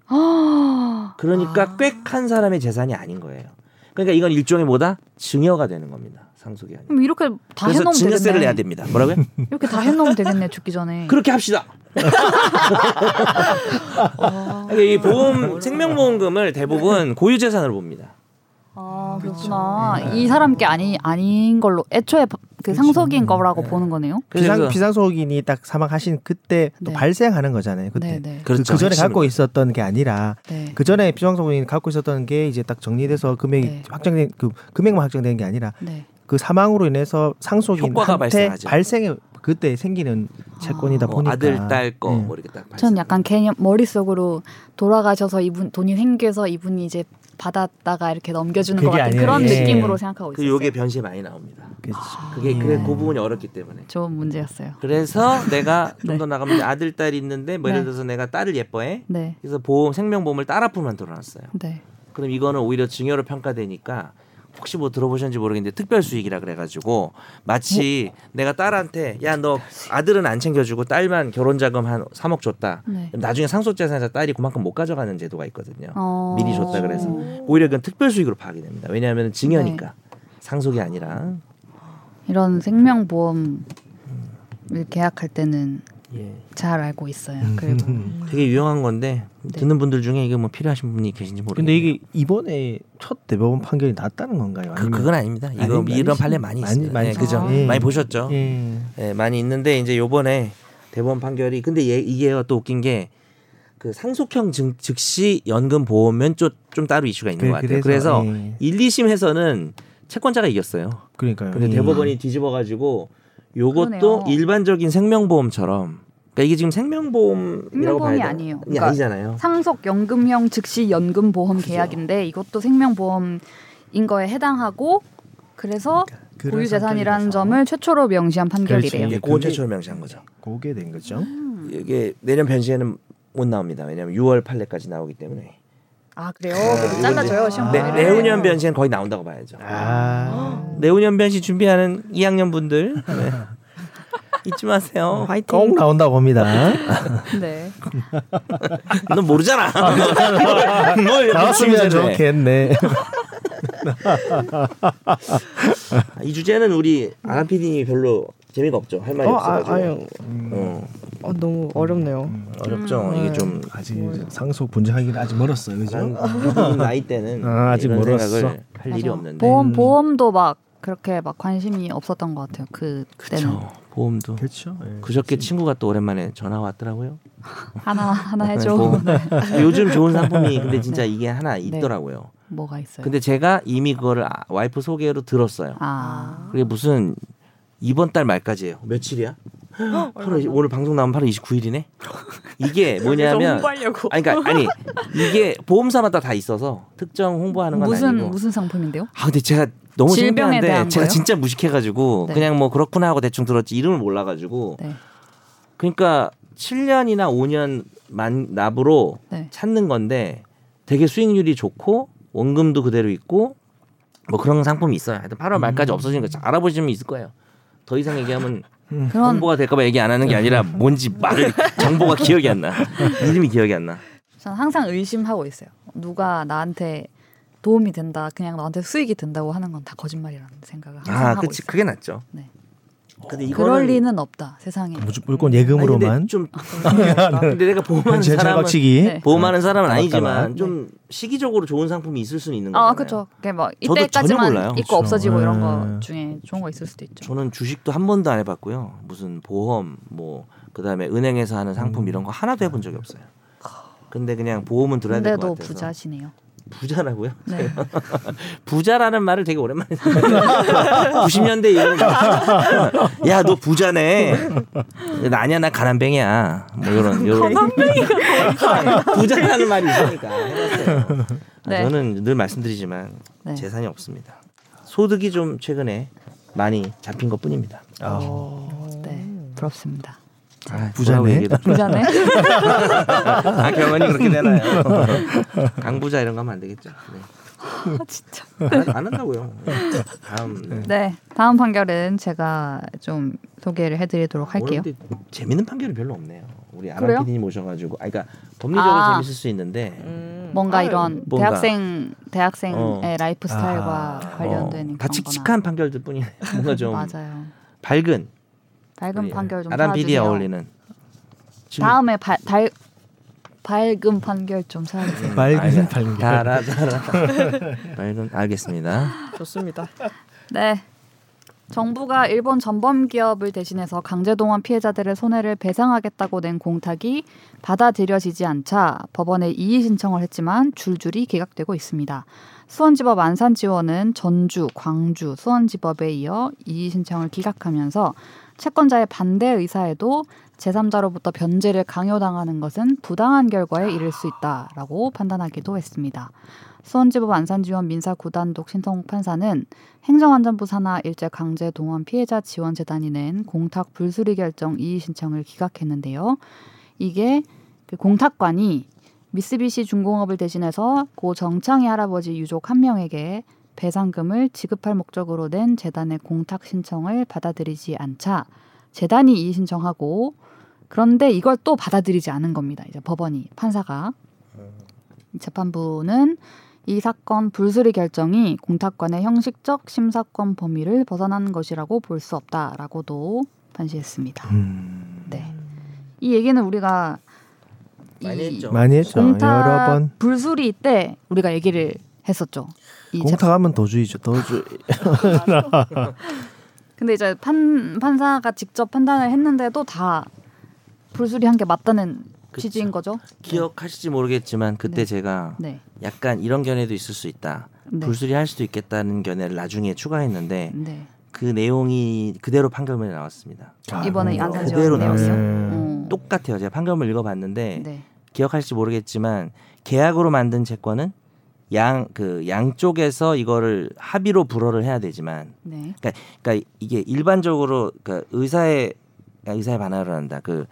S1: 아.
S3: 그러니까 꽥 한 사람의 재산이 아닌 거예요. 그러니까 이건 일종의 뭐다? 증여가 되는 겁니다. 상속이 아니라.
S1: 그럼 이렇게 다
S3: 그래서
S1: 해놓으면
S3: 증여세를
S1: 되겠네
S3: 내야 됩니다. 그렇죠. 뭐라고요?
S1: 이렇게 다 해놓으면 되겠네 죽기 전에
S3: 음. 그렇게 합시다. 그러니까 이 보험 생명보험금을 대부분 고유 재산으로 봅니다.
S1: 아 그렇구나
S3: 네.
S1: 이 사람께 아니 아닌 걸로 애초에 바-
S3: 그렇죠.
S1: 그 상속인 거라고 보는 거네요.
S4: 비상
S3: 그래서-
S4: 비상속인이 딱 사망하신 그때 또
S1: 네.
S4: 발생하는 거잖아요. 그때
S1: 네네.
S4: 그
S3: 그렇죠.
S4: 전에 갖고 있었던 게 아니라
S1: 네.
S4: 그 전에 비상속인이 갖고 있었던 게 이제 딱 정리돼서 금액이
S1: 네.
S4: 확정된 그 금액만 확정된 게 아니라
S1: 네.
S4: 그 사망으로 인해서 상속인한테
S3: 효과가 발생하죠.
S4: 발생해 그때 생기는 채권이다
S3: 뭐
S4: 보니까
S3: 아들 딸거
S4: 예.
S3: 뭐 이렇게 딱.
S1: 전
S3: 발생.
S1: 약간 개념 머릿속으로 돌아가셔서 이분 돈이 생겨서 이분이 이제 받았다가 이렇게 넘겨주는 것
S4: 그게
S1: 같은
S4: 아니라
S1: 그런
S4: 이게-
S1: 느낌으로 생각하고
S3: 그
S1: 있어요.
S3: 요게 변시에 많이 나옵니다.
S4: 그치. 예.
S3: 그게 그래 그 부분이 어렵기 때문에.
S1: 좋은 문제였어요.
S3: 그래서 내가 좀
S1: 네.
S3: 더 나가면 이제 아들 딸이 있는데 뭐 예를
S1: 네.
S3: 들어서 내가 딸을 예뻐해.
S1: 네.
S3: 그래서 보험 생명보험을 딸 앞으로 만들어놨어요.
S1: 네.
S3: 그럼 이거는 오히려 증여로 평가되니까 혹시 뭐 들어보셨는지 모르겠는데 특별 수익이라 그래가지고 마치 내가 딸한테 야 너 아들은 안 챙겨주고 딸만 결혼 자금 한 3억 줬다.
S1: 네.
S3: 그럼 나중에 상속 재산에서 딸이 그만큼 못 가져가는 제도가 있거든요.
S1: 어...
S3: 미리 줬다 그래서 오히려 그건 특별 수익으로 파악이 됩니다. 왜냐하면 증여니까
S1: 네.
S3: 상속이 아니라
S1: 이런 생명보험 을 계약할 때는
S3: 예.
S1: 잘 알고 있어요.
S3: 음.
S1: 그리고
S3: 되게 유용한 건데
S1: 네.
S3: 듣는 분들 중에 이거 뭐 필요하신 분이 계신지 모르겠네요.
S4: 근데 이게 이번에 첫 대법원 판결이 났다는 건가요?
S3: 그,
S4: 아니면
S3: 그건 아닙니다. 이거
S4: 아닙니다.
S3: 이런 판례 많이
S4: 많이-
S3: 있어요.
S4: 많이
S3: 예, 그죠?
S4: 있어요. 예.
S3: 많이 보셨죠?
S4: 예.
S3: 예, 많이 있는데 이제 요번에 대법원 판결이 근데 얘, 이게 또 웃긴 게 그 상속형 증, 즉시 연금 보험은 좀, 좀 따로 이슈가 있는
S4: 그-
S3: 것 같아요. 그래서,
S4: 예.
S3: 일, 1, 2심에서는 채권자가 이겼어요.
S4: 그러니까요.
S3: 근데
S4: 예.
S3: 대법원이 뒤집어 가지고 요것도
S1: 그러네요.
S3: 일반적인 생명보험처럼 그러니까 이게 지금 생명보험이라고
S1: 생명보험이
S3: 봐야 되나?
S1: 아니에요.
S3: 이게
S1: 그러니까
S3: 아니잖아요.
S1: 상속 연금형 즉시 연금 보험 계약인데 이것도 생명보험인 거에 해당하고 그래서
S3: 그러니까.
S4: 그런
S1: 고유 재산이라는
S4: 상태에서
S1: 점을 최초로 명시한 판결이래요.
S4: 그렇죠.
S3: 이게 고원 최초로 명시한 거죠.
S4: 고게 된 거죠.
S3: 이게 내년 변시에는 못 나옵니다. 왜냐하면 6월 판례까지 나오기 때문에
S1: 아 그래요?
S3: 네.
S1: 그래서 잘라줘요 시험
S3: 내,
S1: 범위를.
S3: 내후년 변시는 거의 나온다고 봐야죠.
S4: 아,
S3: 내후년 변시 준비하는 2학년 분들 네. 잊지 마세요.
S4: 꼭
S2: 어,
S4: 나온다 봅니다.
S1: 네.
S3: 너 모르잖아. 너 이렇게 취미생활해.
S4: 나왔으면 좋겠네.
S3: 아, 이 주제는 우리 아람 PD님이 별로 재미가 없죠. 할 말이
S2: 어,
S3: 없어가지고.
S2: 아, 아유,
S3: 어,
S2: 어, 너무 어렵네요.
S3: 어렵죠.
S2: 음.
S3: 이게 좀
S4: 아직 상속 분쟁하기는 아직 멀었어요,
S3: 난
S4: 그죠?
S3: 우리 나이 때는
S4: 네. 아, 아직
S3: 이런
S4: 멀었어.
S3: 생각을 할 일이
S1: 맞아.
S3: 없는데. 음.
S1: 보험 보험도 막 그렇게 막 관심이 없었던 것 같아요. 그때는
S3: 저 보험도.
S4: 그렇죠. 예.
S3: 그저께 친구가 또 오랜만에 전화 왔더라고요.
S1: 하나 하나 해줘.
S3: 뭐,
S1: 네.
S3: 요즘 좋은 상품이 근데 진짜 이게 하나 있더라고요.
S1: 뭐가 있어요?
S3: 근데 제가 이미 그거를 아- 와이프 소개로 들었어요.
S1: 아
S3: 그게 무슨 이번 달 말까지예요. 며칠이야? 바로 이- 오늘 방송 나오면 바로 29일이네. 이게 뭐냐면
S2: 홍보하려고.
S3: 아니 그러니까 아니 이게 보험사마다 다 있어서 특정 홍보하는 건
S1: 무슨
S3: 아니고.
S1: 무슨 상품인데요?
S3: 아 근데 제가 너무
S1: 질병에
S3: 신기한데
S1: 대한
S3: 제가
S1: 거예요?
S3: 진짜 무식해가지고
S1: 네.
S3: 그냥 뭐 그렇구나 하고 대충 들었지 이름을 몰라가지고
S1: 네.
S3: 그러니까 7년이나 5년 만 납으로
S1: 네.
S3: 찾는 건데 되게 수익률이 좋고 원금도 그대로 있고 뭐 그런 상품이 있어요. 하여튼
S1: 음.
S3: 8월 말까지 없어지는 거 알아보시면 있을 거예요. 더 이상 얘기하면
S1: 그런
S3: 홍보가 될까봐 얘기 안 하는 게 아니라 뭔지 말을 정보가 기억이 안 나. 이름이 기억이 안 나.
S1: 저는 항상 의심하고 있어요. 누가 나한테 도움이 된다, 그냥 나한테 수익이 된다고 하는 건 다 거짓말이라는 생각을 항상
S3: 아,
S1: 하고
S3: 그치
S1: 있어요.
S3: 그게 낫죠.
S1: 네.
S3: 근데
S1: 그럴 리는 없다 세상에.
S4: 무조건
S3: 아니, 근데
S4: 예금으로만
S3: 좀 근데 내가 보험하는
S4: 재차
S3: 사람은
S4: 박치기
S1: 네.
S3: 보험하는 사람은
S4: 아,
S3: 아니지만
S4: 맞다만.
S3: 좀 시기적으로 좋은 상품이 있을 수는 있는 거잖아요.
S1: 아, 그렇죠. 그게 막
S3: 저도 전혀 몰라요.
S1: 이때까지만 있고
S4: 그쵸.
S1: 없어지고 이런
S4: 네.
S1: 거 중에 좋은 거 있을 수도 있죠.
S3: 저는 주식도 한 번도 안 해봤고요. 무슨 보험 뭐 그다음에 은행에서 하는 상품 이런 거 하나도 해본 적이 없어요. 근데 그냥 보험은 들어야 될 것
S1: 근데도
S3: 같아서
S1: 부자시네요.
S3: 부자라고요?
S1: 네.
S3: 부자라는 말을 되게 오랜만에 90년대 이후로 야너 부자네 나 아니야 나 가난뱅이야 뭐 이런 이런 부자라는 말이 있으니까 해봤어요. 아,
S1: 네.
S3: 저는 늘 말씀드리지만
S1: 네.
S3: 재산이 없습니다 소득이 좀 최근에 많이 잡힌 것 뿐입니다
S4: 아,
S2: 어.
S3: 음.
S1: 네. 부럽습니다.
S3: 아,
S4: 부자네.
S3: 뭐라고 얘기해도 좀-
S1: 부자네.
S3: 아 경원이 그렇게 되나요 강부자 이런 거 하면 안 되겠죠 네.
S1: 아, 진짜.
S3: 안, 안 한다고요 다음 네.
S1: 네. 다음 판결은 제가 좀 소개를
S3: 아,
S1: 해드리도록 할게요.
S3: 오늘 근데 재밌는 판결이 별로 없네요. 우리
S1: 그래요?
S3: 아람 PD님 모셔가지고, 아, 그러니까 법리적으로
S1: 아. 음,
S3: 재밌을 수 있는데
S2: 음.
S1: 뭔가 이런
S3: 아, 뭔가.
S1: 대학생 대학생의
S3: 어.
S1: 라이프 스타일과
S4: 아.
S1: 관련된
S3: 어,
S1: 그런
S3: 바칙칙한 판결들 뿐이네. 뭔가 좀
S1: 거나. 맞아요.
S3: 밝은
S1: 밝은
S3: 우리
S1: 판결 좀
S3: 아람 PD에
S1: 찾아주세요.
S3: 어울리는 지금
S1: 다음에 발, 달, 밝은 판결 좀 찾아주세요.
S3: 음,
S4: 밝은
S3: 알겠-
S4: 판결.
S3: 달아 달아 밝은 알겠습니다.
S2: 좋습니다.
S1: 네. 정부가 일본 전범 기업을 대신해서 강제동원 피해자들의 손해를 배상하겠다고 낸 공탁이 받아들여지지 않자 법원에 이의 신청을 했지만 줄줄이 기각되고 있습니다. 수원지법 안산지원은 전주, 광주, 수원지법에 이어 이의 신청을 기각하면서 채권자의 반대 의사에도 제3자로부터 변제를 강요당하는 것은 부당한 결과에 이를 수 있다라고 판단하기도 했습니다. 수원지법 안산지원 민사 구단독 신성 판사는 행정안전부 산하 일제 강제 동원 피해자 지원 재단이 낸 공탁 불수리 결정 이의 신청을 기각했는데요. 이게 그 공탁관이 미쓰비시 중공업을 대신해서 고 정창희 할아버지 유족 한 명에게 배상금을 지급할 목적으로 낸 재단의 공탁 신청을 받아들이지 않자 재단이 이의 신청하고 그런데 이걸 또 받아들이지 않은 겁니다. 이제 법원이 판사가 재판부는 이 사건 불수리 결정이 공탁관의 형식적 심사권 범위를 벗어난 것이라고 볼 수 없다라고도 판시했습니다.
S4: 음,
S1: 네. 이 얘기는 우리가 이
S3: 많이 했죠.
S4: 많이 했죠. 여러
S1: 공탁
S4: 번
S1: 불수리 때 우리가 얘기를 했었죠. 이 재판-
S4: 공탁하면 도주이죠. 도주.
S1: 근데 이제 판 판사가 직접 판단을 했는데도 다 불수리 한 게 맞다는
S3: 그쵸.
S1: 취지인 거죠.
S3: 기억하실지 모르겠지만 그때
S1: 네.
S3: 제가
S1: 네.
S3: 약간 이런 견해도 있을 수 있다.
S1: 네.
S3: 불수리 할 수도 있겠다는 견해를 나중에 추가했는데
S1: 네.
S3: 그 내용이 그대로 판결문에 나왔습니다.
S1: 이번에
S4: 아,
S1: 안산
S3: 그대로
S1: 지원 내용이요.
S4: 음.
S1: 음.
S3: 똑같아요. 제가 판결문 읽어봤는데
S1: 네.
S3: 기억할지 모르겠지만 계약으로 만든 채권은 양 그 양쪽에서 이거를 합의로 불허를 해야 되지만
S1: 네.
S3: 그러니까 이게 일반적으로 그 의사의 아, 의사의 반환을 한다. 그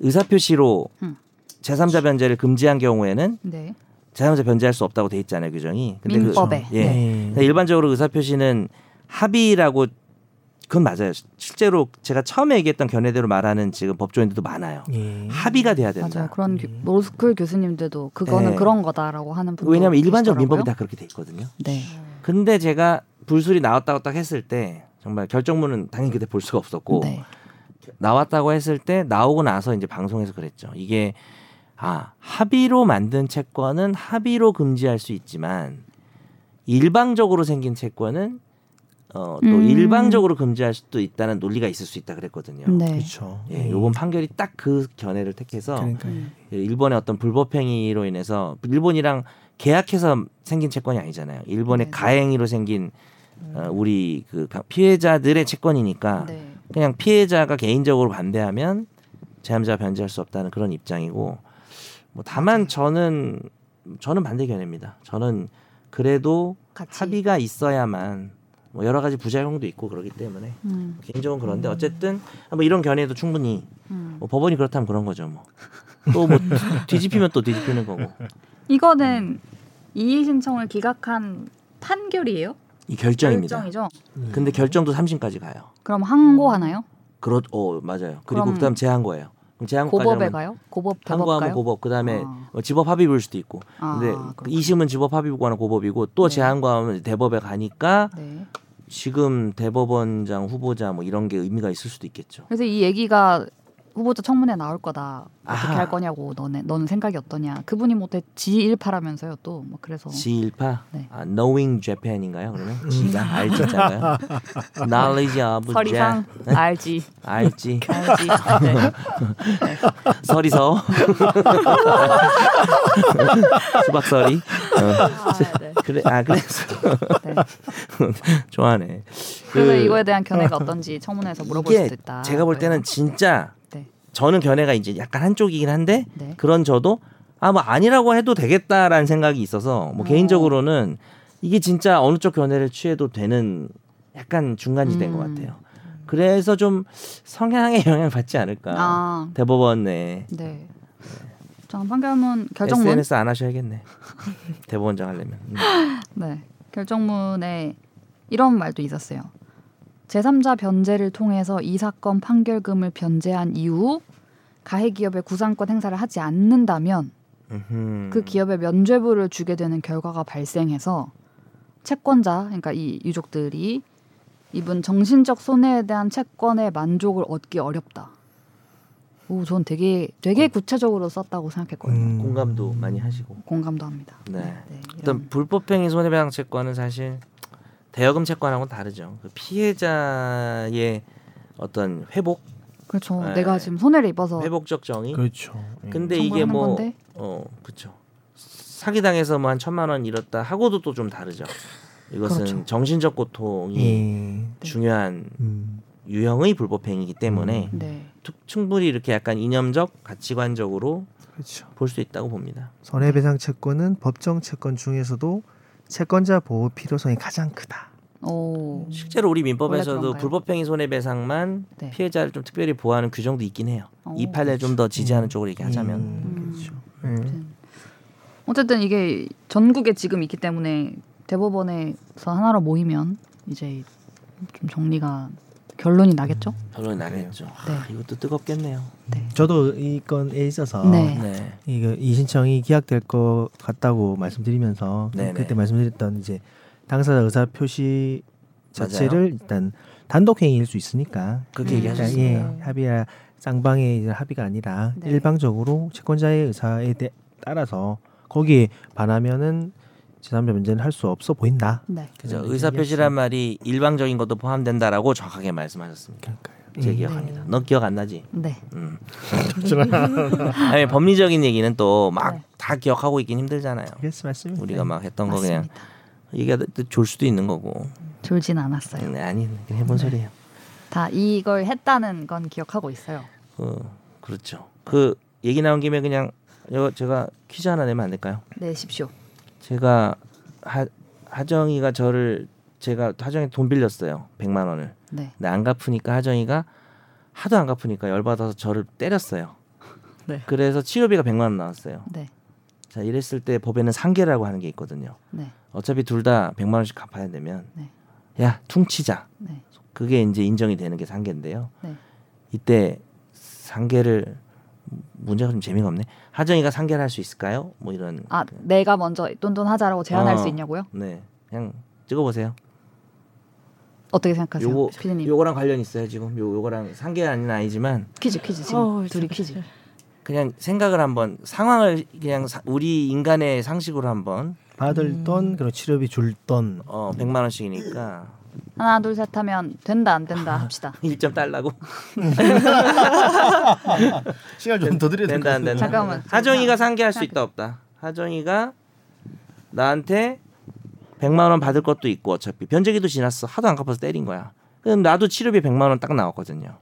S3: 의사 표시로
S1: 음.
S3: 제3자 변제를 금지한 경우에는
S1: 네.
S3: 제3자 변제할 수 없다고 돼 있잖아요, 규정이.
S1: 민법에.
S3: 그, 예.
S1: 네.
S3: 근데 일반적으로 의사 표시는 합의라고 그건 맞아요. 실제로 제가 처음에 얘기했던 견해대로 말하는 지금 법조인들도 많아요.
S1: 네.
S4: 예.
S3: 합의가 돼야 된다.
S1: 맞아요.
S4: 네.
S1: 그런 교- 로스쿨 교수님들도 그거는
S3: 네.
S1: 그런 거다라고 하는 분들
S3: 왜냐하면 일반적 민법이 다 그렇게 돼 있거든요.
S1: 네.
S3: 근데 제가 불술이 나왔다고 딱 했을 때 정말 결정문은 당연히 그때 볼 수가 없었고
S1: 네.
S3: 나왔다고 했을 때 나오고 나서 이제 방송에서 그랬죠. 이게 아 합의로 만든 채권은 합의로 금지할 수 있지만 일방적으로 생긴 채권은 어, 또
S1: 음.
S3: 일방적으로 금지할 수도 있다는 논리가 있을 수 있다 그랬거든요.
S1: 네.
S4: 그렇죠.
S3: 예, 요번 판결이 딱 그 견해를 택해서 예,
S4: 그러니까
S1: 음.
S3: 일본의 어떤 불법행위로 인해서 일본이랑 계약해서 생긴 채권이 아니잖아요. 일본의
S1: 네.
S3: 가행위로 생긴 어, 우리 그 피해자들의 채권이니까
S1: 네.
S3: 그냥 피해자가 개인적으로 반대하면 제삼자가 변제할 수 없다는 그런 입장이고
S1: 음.
S3: 뭐 다만 저는 저는 반대 견해입니다. 저는 그래도
S1: 같이.
S3: 합의가 있어야만 뭐 여러 가지 부작용도 있고 그러기 때문에
S1: 음,
S3: 개인적으로 그런데 어쨌든 뭐 이런 견해도 충분히
S1: 음.
S3: 뭐 법원이 그렇다면 그런 거죠 뭐. 또 뭐 뒤집히면 또 뒤집히는 거고
S1: 이거는 이의 신청을 기각한 판결이에요?
S3: 이 결정입니다.
S1: 결정이죠.
S3: 음. 근데 결정도 삼심까지 가요.
S1: 그럼 항고 하나요?
S3: 그렇, 어 맞아요. 그리고
S1: 그럼-
S3: 그다음 제한 거예요. 그럼 제한
S1: 고법에
S3: 거까지
S1: 가요? 고법
S3: 항고하면
S1: 대법가요?
S3: 고법 그다음에
S1: 아.
S3: 어, 집업 합의부일 수도 있고
S1: 아,
S3: 근데
S1: 그렇구나.
S3: 이심은 집업 합의부거나 고법이고 또
S1: 네.
S3: 제한과하면 대법에 가니까
S1: 네.
S3: 지금 대법원장 후보자 뭐 이런 게 의미가 있을 수도 있겠죠.
S1: 그래서 이 얘기가 후보자 청문회 나올 거다. 어떻게
S3: 아하.
S1: 할 거냐고 너네 너는 생각이 어떠냐. 그분이 못해 지일파라면서요 또. 뭐 그래서
S3: 지일파
S1: 네. 음.
S3: 아, knowing Japan인가요? 그러면 지가 알지잖아요. knowledge of
S1: 서리상
S3: Japan
S1: 알지
S3: 알지
S1: 알지.
S3: 아,
S1: 네.
S3: 서리서 수박서리 어.
S1: 아, 네.
S3: 그래 아 그래서
S1: 네.
S3: 좋아하네.
S1: 그래서
S3: 그-
S1: 이거에 대한 견해가 어떤지 청문회에서 물어볼
S3: 이게
S1: 수도 있다.
S3: 제가 볼 때는 진짜
S1: 네.
S3: 저는 견해가 이제 약간 한쪽이긴 한데
S1: 네.
S3: 그런 저도 아 뭐 아니라고 해도 되겠다라는 생각이 있어서 뭐
S1: 어.
S3: 개인적으로는 이게 진짜 어느 쪽 견해를 취해도 되는 약간 중간지대인 것
S1: 음.
S3: 같아요. 그래서 좀 성향에 영향을 받지 않을까.
S1: 아
S3: 대법원에
S1: 네. 전 판결문 결정문
S3: SNS 안 하셔야겠네. 대법원장 하려면. 음.
S1: 네. 결정문에 이런 말도 있었어요. 제3자 변제를 통해서 이 사건 판결금을 변제한 이후 가해 기업의 구상권 행사를 하지 않는다면
S3: 음흠.
S1: 그 기업에 면죄부를 주게 되는 결과가 발생해서 채권자 그러니까 이 유족들이 입은 정신적 손해에 대한 채권의 만족을 얻기 어렵다. 오, 전 되게
S3: 어.
S1: 되게 구체적으로 썼다고 생각했거든요.
S4: 음.
S3: 공감도 많이 하시고.
S1: 공감도 합니다.
S3: 네.
S1: 이런-
S3: 일단 불법행위 손해배상 채권은 사실 대여금 채권하고는 다르죠. 그 피해자의 어떤 회복,
S1: 그렇죠.
S3: 네.
S1: 내가 지금 손해를 입어서
S3: 회복적 정의.
S4: 그렇죠. 예.
S3: 근데 이게
S1: 청구하는
S3: 뭐
S1: 건데
S3: 어, 그렇죠. 사기 당해서 뭐 한 천만 원 잃었다 하고도 또 좀 다르죠. 이것은
S1: 그렇죠.
S3: 정신적 고통이
S4: 예.
S3: 중요한
S4: 음.
S3: 유형의 불법행위이기 때문에
S1: 네.
S3: 투- 충분히 이렇게 약간 이념적 가치관적으로
S4: 그렇죠.
S3: 볼 수 있다고 봅니다.
S4: 손해배상 채권은 법정 채권 중에서도 채권자 보호 필요성이 가장 크다.
S1: 오.
S3: 실제로 우리 민법에서도
S1: 그런가요?
S3: 불법행위 손해배상만
S1: 네.
S3: 피해자를 좀 특별히 보호하는 규정도 있긴 해요.
S1: 어.
S3: 이 판례 좀 더 지지하는
S4: 음.
S3: 쪽으로 얘기하자면
S1: 음.
S4: 그렇죠. 예.
S1: 어쨌든 이게 전국에 지금 있기 때문에 대법원에서 하나로 모이면 이제 좀 정리가 결론이 나겠죠?
S3: 결론이 나겠죠. 아, 이것도 뜨겁겠네요.
S4: 저도 이 건에 있어서
S1: 네.
S3: 네.
S4: 이거 이 신청이 기각될 것 같다고 말씀드리면서
S3: 네네.
S4: 그때 말씀드렸던 이제 당사자 의사 표시 자체를 일단 단독 행위일 수 있으니까
S3: 그렇게
S1: 음.
S4: 일단
S3: 얘기하셨어요.
S4: 예,
S1: 음.
S4: 합의야 쌍방의 이제 합의가 아니라
S1: 네.
S4: 일방적으로 채권자의 의사에 대, 따라서 거기에 반하면은 재산배 문제는 할 수 없어 보인다.
S1: 네.
S3: 그죠. 의사
S4: 네, 얘기하셨어요.
S3: 표시란 말이 일방적인 것도 포함된다라고 정확하게 말씀하셨습니다. 제 기억합니다. 너 기억 안 나지?
S1: 네.
S3: 음. 아니 법리적인 얘기는 또 막
S1: 네.
S3: 다 기억하고 있긴 힘들잖아요.
S4: 그래서 말씀입니다.
S3: 우리가 막 했던 거 그냥
S1: 맞습니다.
S3: 얘기하다 또졸 수도 있는 거고.
S1: 졸진 않았어요.
S3: 네, 아니 그냥 해본 소리예요.
S1: 다 이걸 했다는 건 기억하고 있어요.
S3: 그 그렇죠. 그 얘기 나온 김에 그냥 이거 제가 퀴즈 하나 내면 안 될까요?
S1: 네, 내십시오.
S3: 제가 하, 하정이가 저를 제가 하정이 돈 빌렸어요. 100만 원을.
S1: 네.
S3: 근데 안 갚으니까 하정이가 하도 안 갚으니까 열받아서 저를 때렸어요.
S1: 네.
S3: 그래서 치료비가 100만 원 나왔어요.
S1: 네.
S3: 자, 이랬을 때 법에는 상계라고 하는 게 있거든요.
S1: 네.
S3: 어차피 둘 다 100만 원씩 갚아야 되면
S1: 네.
S3: 야, 퉁치자.
S1: 네.
S3: 그게 이제 인정이 되는 게 상계인데요.
S1: 네.
S3: 이때 상계를 문제가 좀 재미가 없네. 하정이가 상계를 할 수 있을까요? 뭐 이런
S1: 아, 내가 먼저 돈돈 하자라고 제안할
S3: 어.
S1: 수 있냐고요?
S3: 네. 그냥 찍어 보세요.
S1: 어떻게 생각하세요?
S3: 요거
S1: 피디님.
S3: 요거랑 관련 있어요, 지금. 요 요거랑 상계 아닌 아니지만
S1: 퀴즈 퀴즈 지금
S2: 어우,
S1: 둘이 퀴즈.
S3: 그냥 생각을 한번 상황을 그냥 사- 우리 인간의 상식으로 한번
S4: 받을
S1: 음.
S4: 돈 그리고 치료비 줄돈
S3: 어 100만 원씩이니까
S1: 하나 둘 셋 하면 된다 안 된다 합시다.
S3: 1점 달라고
S6: 시간 좀 더 드려야
S3: 된다 안 된다.
S1: 잠깐만.
S3: 하정이가 상계할 수 있다 없다. 하정이가 나한테 100만 원 받을 것도 있고 어차피 변제기도 지났어. 하도 안 갚아서 때린 거야. 그럼 나도 치료비 100만 원 딱 나왔거든요.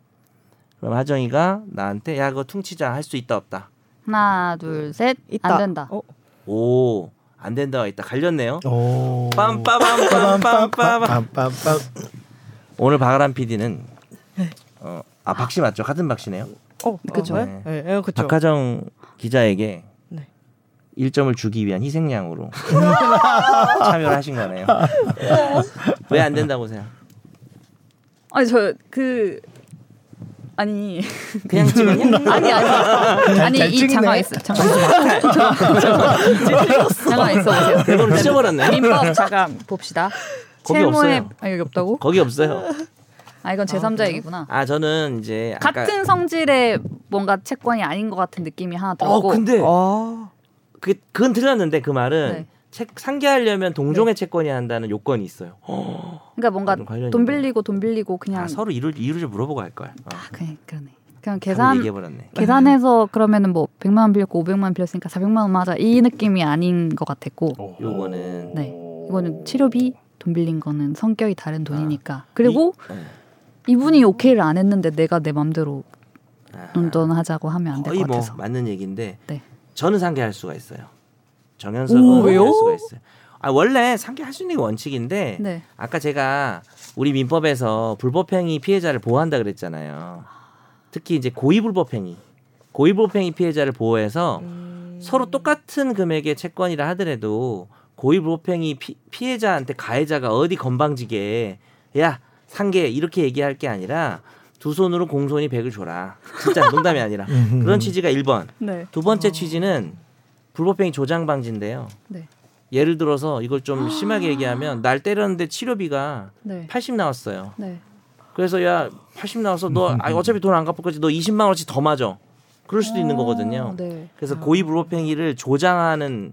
S3: 그럼 하정이가 나한테 야 그거 퉁치자 할 수 있다 없다.
S1: 하나 둘 셋
S2: 있다.
S1: 안 된다.
S2: 어?
S3: 오 안 된다가 있다 갈렸네요.
S4: 오.
S3: 빰빰빰빰빰빰
S4: 빰빰빰.
S3: 오늘 박아람 PD는
S1: 네.
S3: 어, 아 박씨 맞죠? 같은 박씨네요.
S2: 어,
S1: 그쵸.
S2: 네, 네, 네, 그쵸.
S3: 박하정 기자에게
S2: 네.
S3: 1점을 주기 위한 희생양으로 참여를 하신 거네요. 왜 안 된다고 생각?
S1: 아니 저 그 아니
S3: 그냥 찍었냐?
S1: 아니 아니 아니
S7: 잘
S1: 이
S7: 찍네.
S1: 잠깐 있어 잠깐 있어 잠깐 있어 보세요.
S3: 대본을 찢어버렸네.
S1: 민법 잠깐 봅시다.
S3: 거기
S1: 채무의
S3: 없어요.
S1: 아 여기 없다고?
S3: 거기 없어요.
S1: 아 이건 제3자 얘기구나.
S3: 아 그러니까 저는 이제 아까
S1: 같은 성질의 뭔가 채권이 아닌 것 같은 느낌이 하나
S3: 어
S1: 들고
S3: 근데
S2: 아,
S3: 그 그건 틀렸는데 그 말은
S1: 네.
S3: 책 상계하려면 동종의 채권이 한다는 요건이 있어요.
S1: 그러니까 뭔가
S3: 그런 관련이
S1: 돈
S3: 있구나.
S1: 빌리고 돈 빌리고 그냥
S3: 아, 서로 이유를 이유를 물어보고 할 걸. 어.
S1: 아, 그래 그러네. 그냥
S3: 계산
S1: 계산
S3: 얘기해버렸네.
S1: 계산해서 그러면은 뭐 100만 원 빌렸고 500만 원 빌렸으니까 400만 원 맞아 이 느낌이 아닌 것 같았고
S3: 요거는
S1: 네 이거는 치료비 돈 빌린 거는 성격이
S3: 아.
S1: 다른 돈이니까 그리고
S3: 네.
S1: 이분이 오케이를 안 했는데 내가 내 맘대로
S3: 아,
S1: 논돈하자고 하면 안 될
S3: 거의
S1: 것
S3: 뭐
S1: 같아서
S3: 맞는 얘기인데
S1: 네.
S3: 저는 상계할 수가 있어요. 정현석은 상계할 수가 있어요. 아 원래 상계할 수 있는 게 원칙인데
S1: 네
S3: 아까 제가 우리 민법에서 불법행위 피해자를 보호한다 그랬잖아요. 특히 이제 고의불법행위, 고의불법행위 피해자를 보호해서 서로 똑같은 금액의 채권이라 하더라도 고의불법행위 피, 해자한테 가해자가 어디 건방지게 야 상계 이렇게 얘기할 게 아니라 두 손으로 공손히 백을 줘라. 진짜 농담이 아니라 그런 취지가 1번.
S1: 네.
S3: 두 번째 취지는 불법행위 조장 방지인데요.
S1: 네.
S3: 예를 들어서 이걸 좀 심하게 얘기하면 날 때렸는데 치료비가
S1: 아. 네.
S3: 80 나왔어요.
S1: 네.
S3: 그래서 야 80 나와서 너 아, 어차피 돈 안 갚을 거지 너 20만 원어치 더 맞아. 그럴 수도 있는 거거든요.
S1: 네.
S3: 그래서 고의 불법행위를 조장하는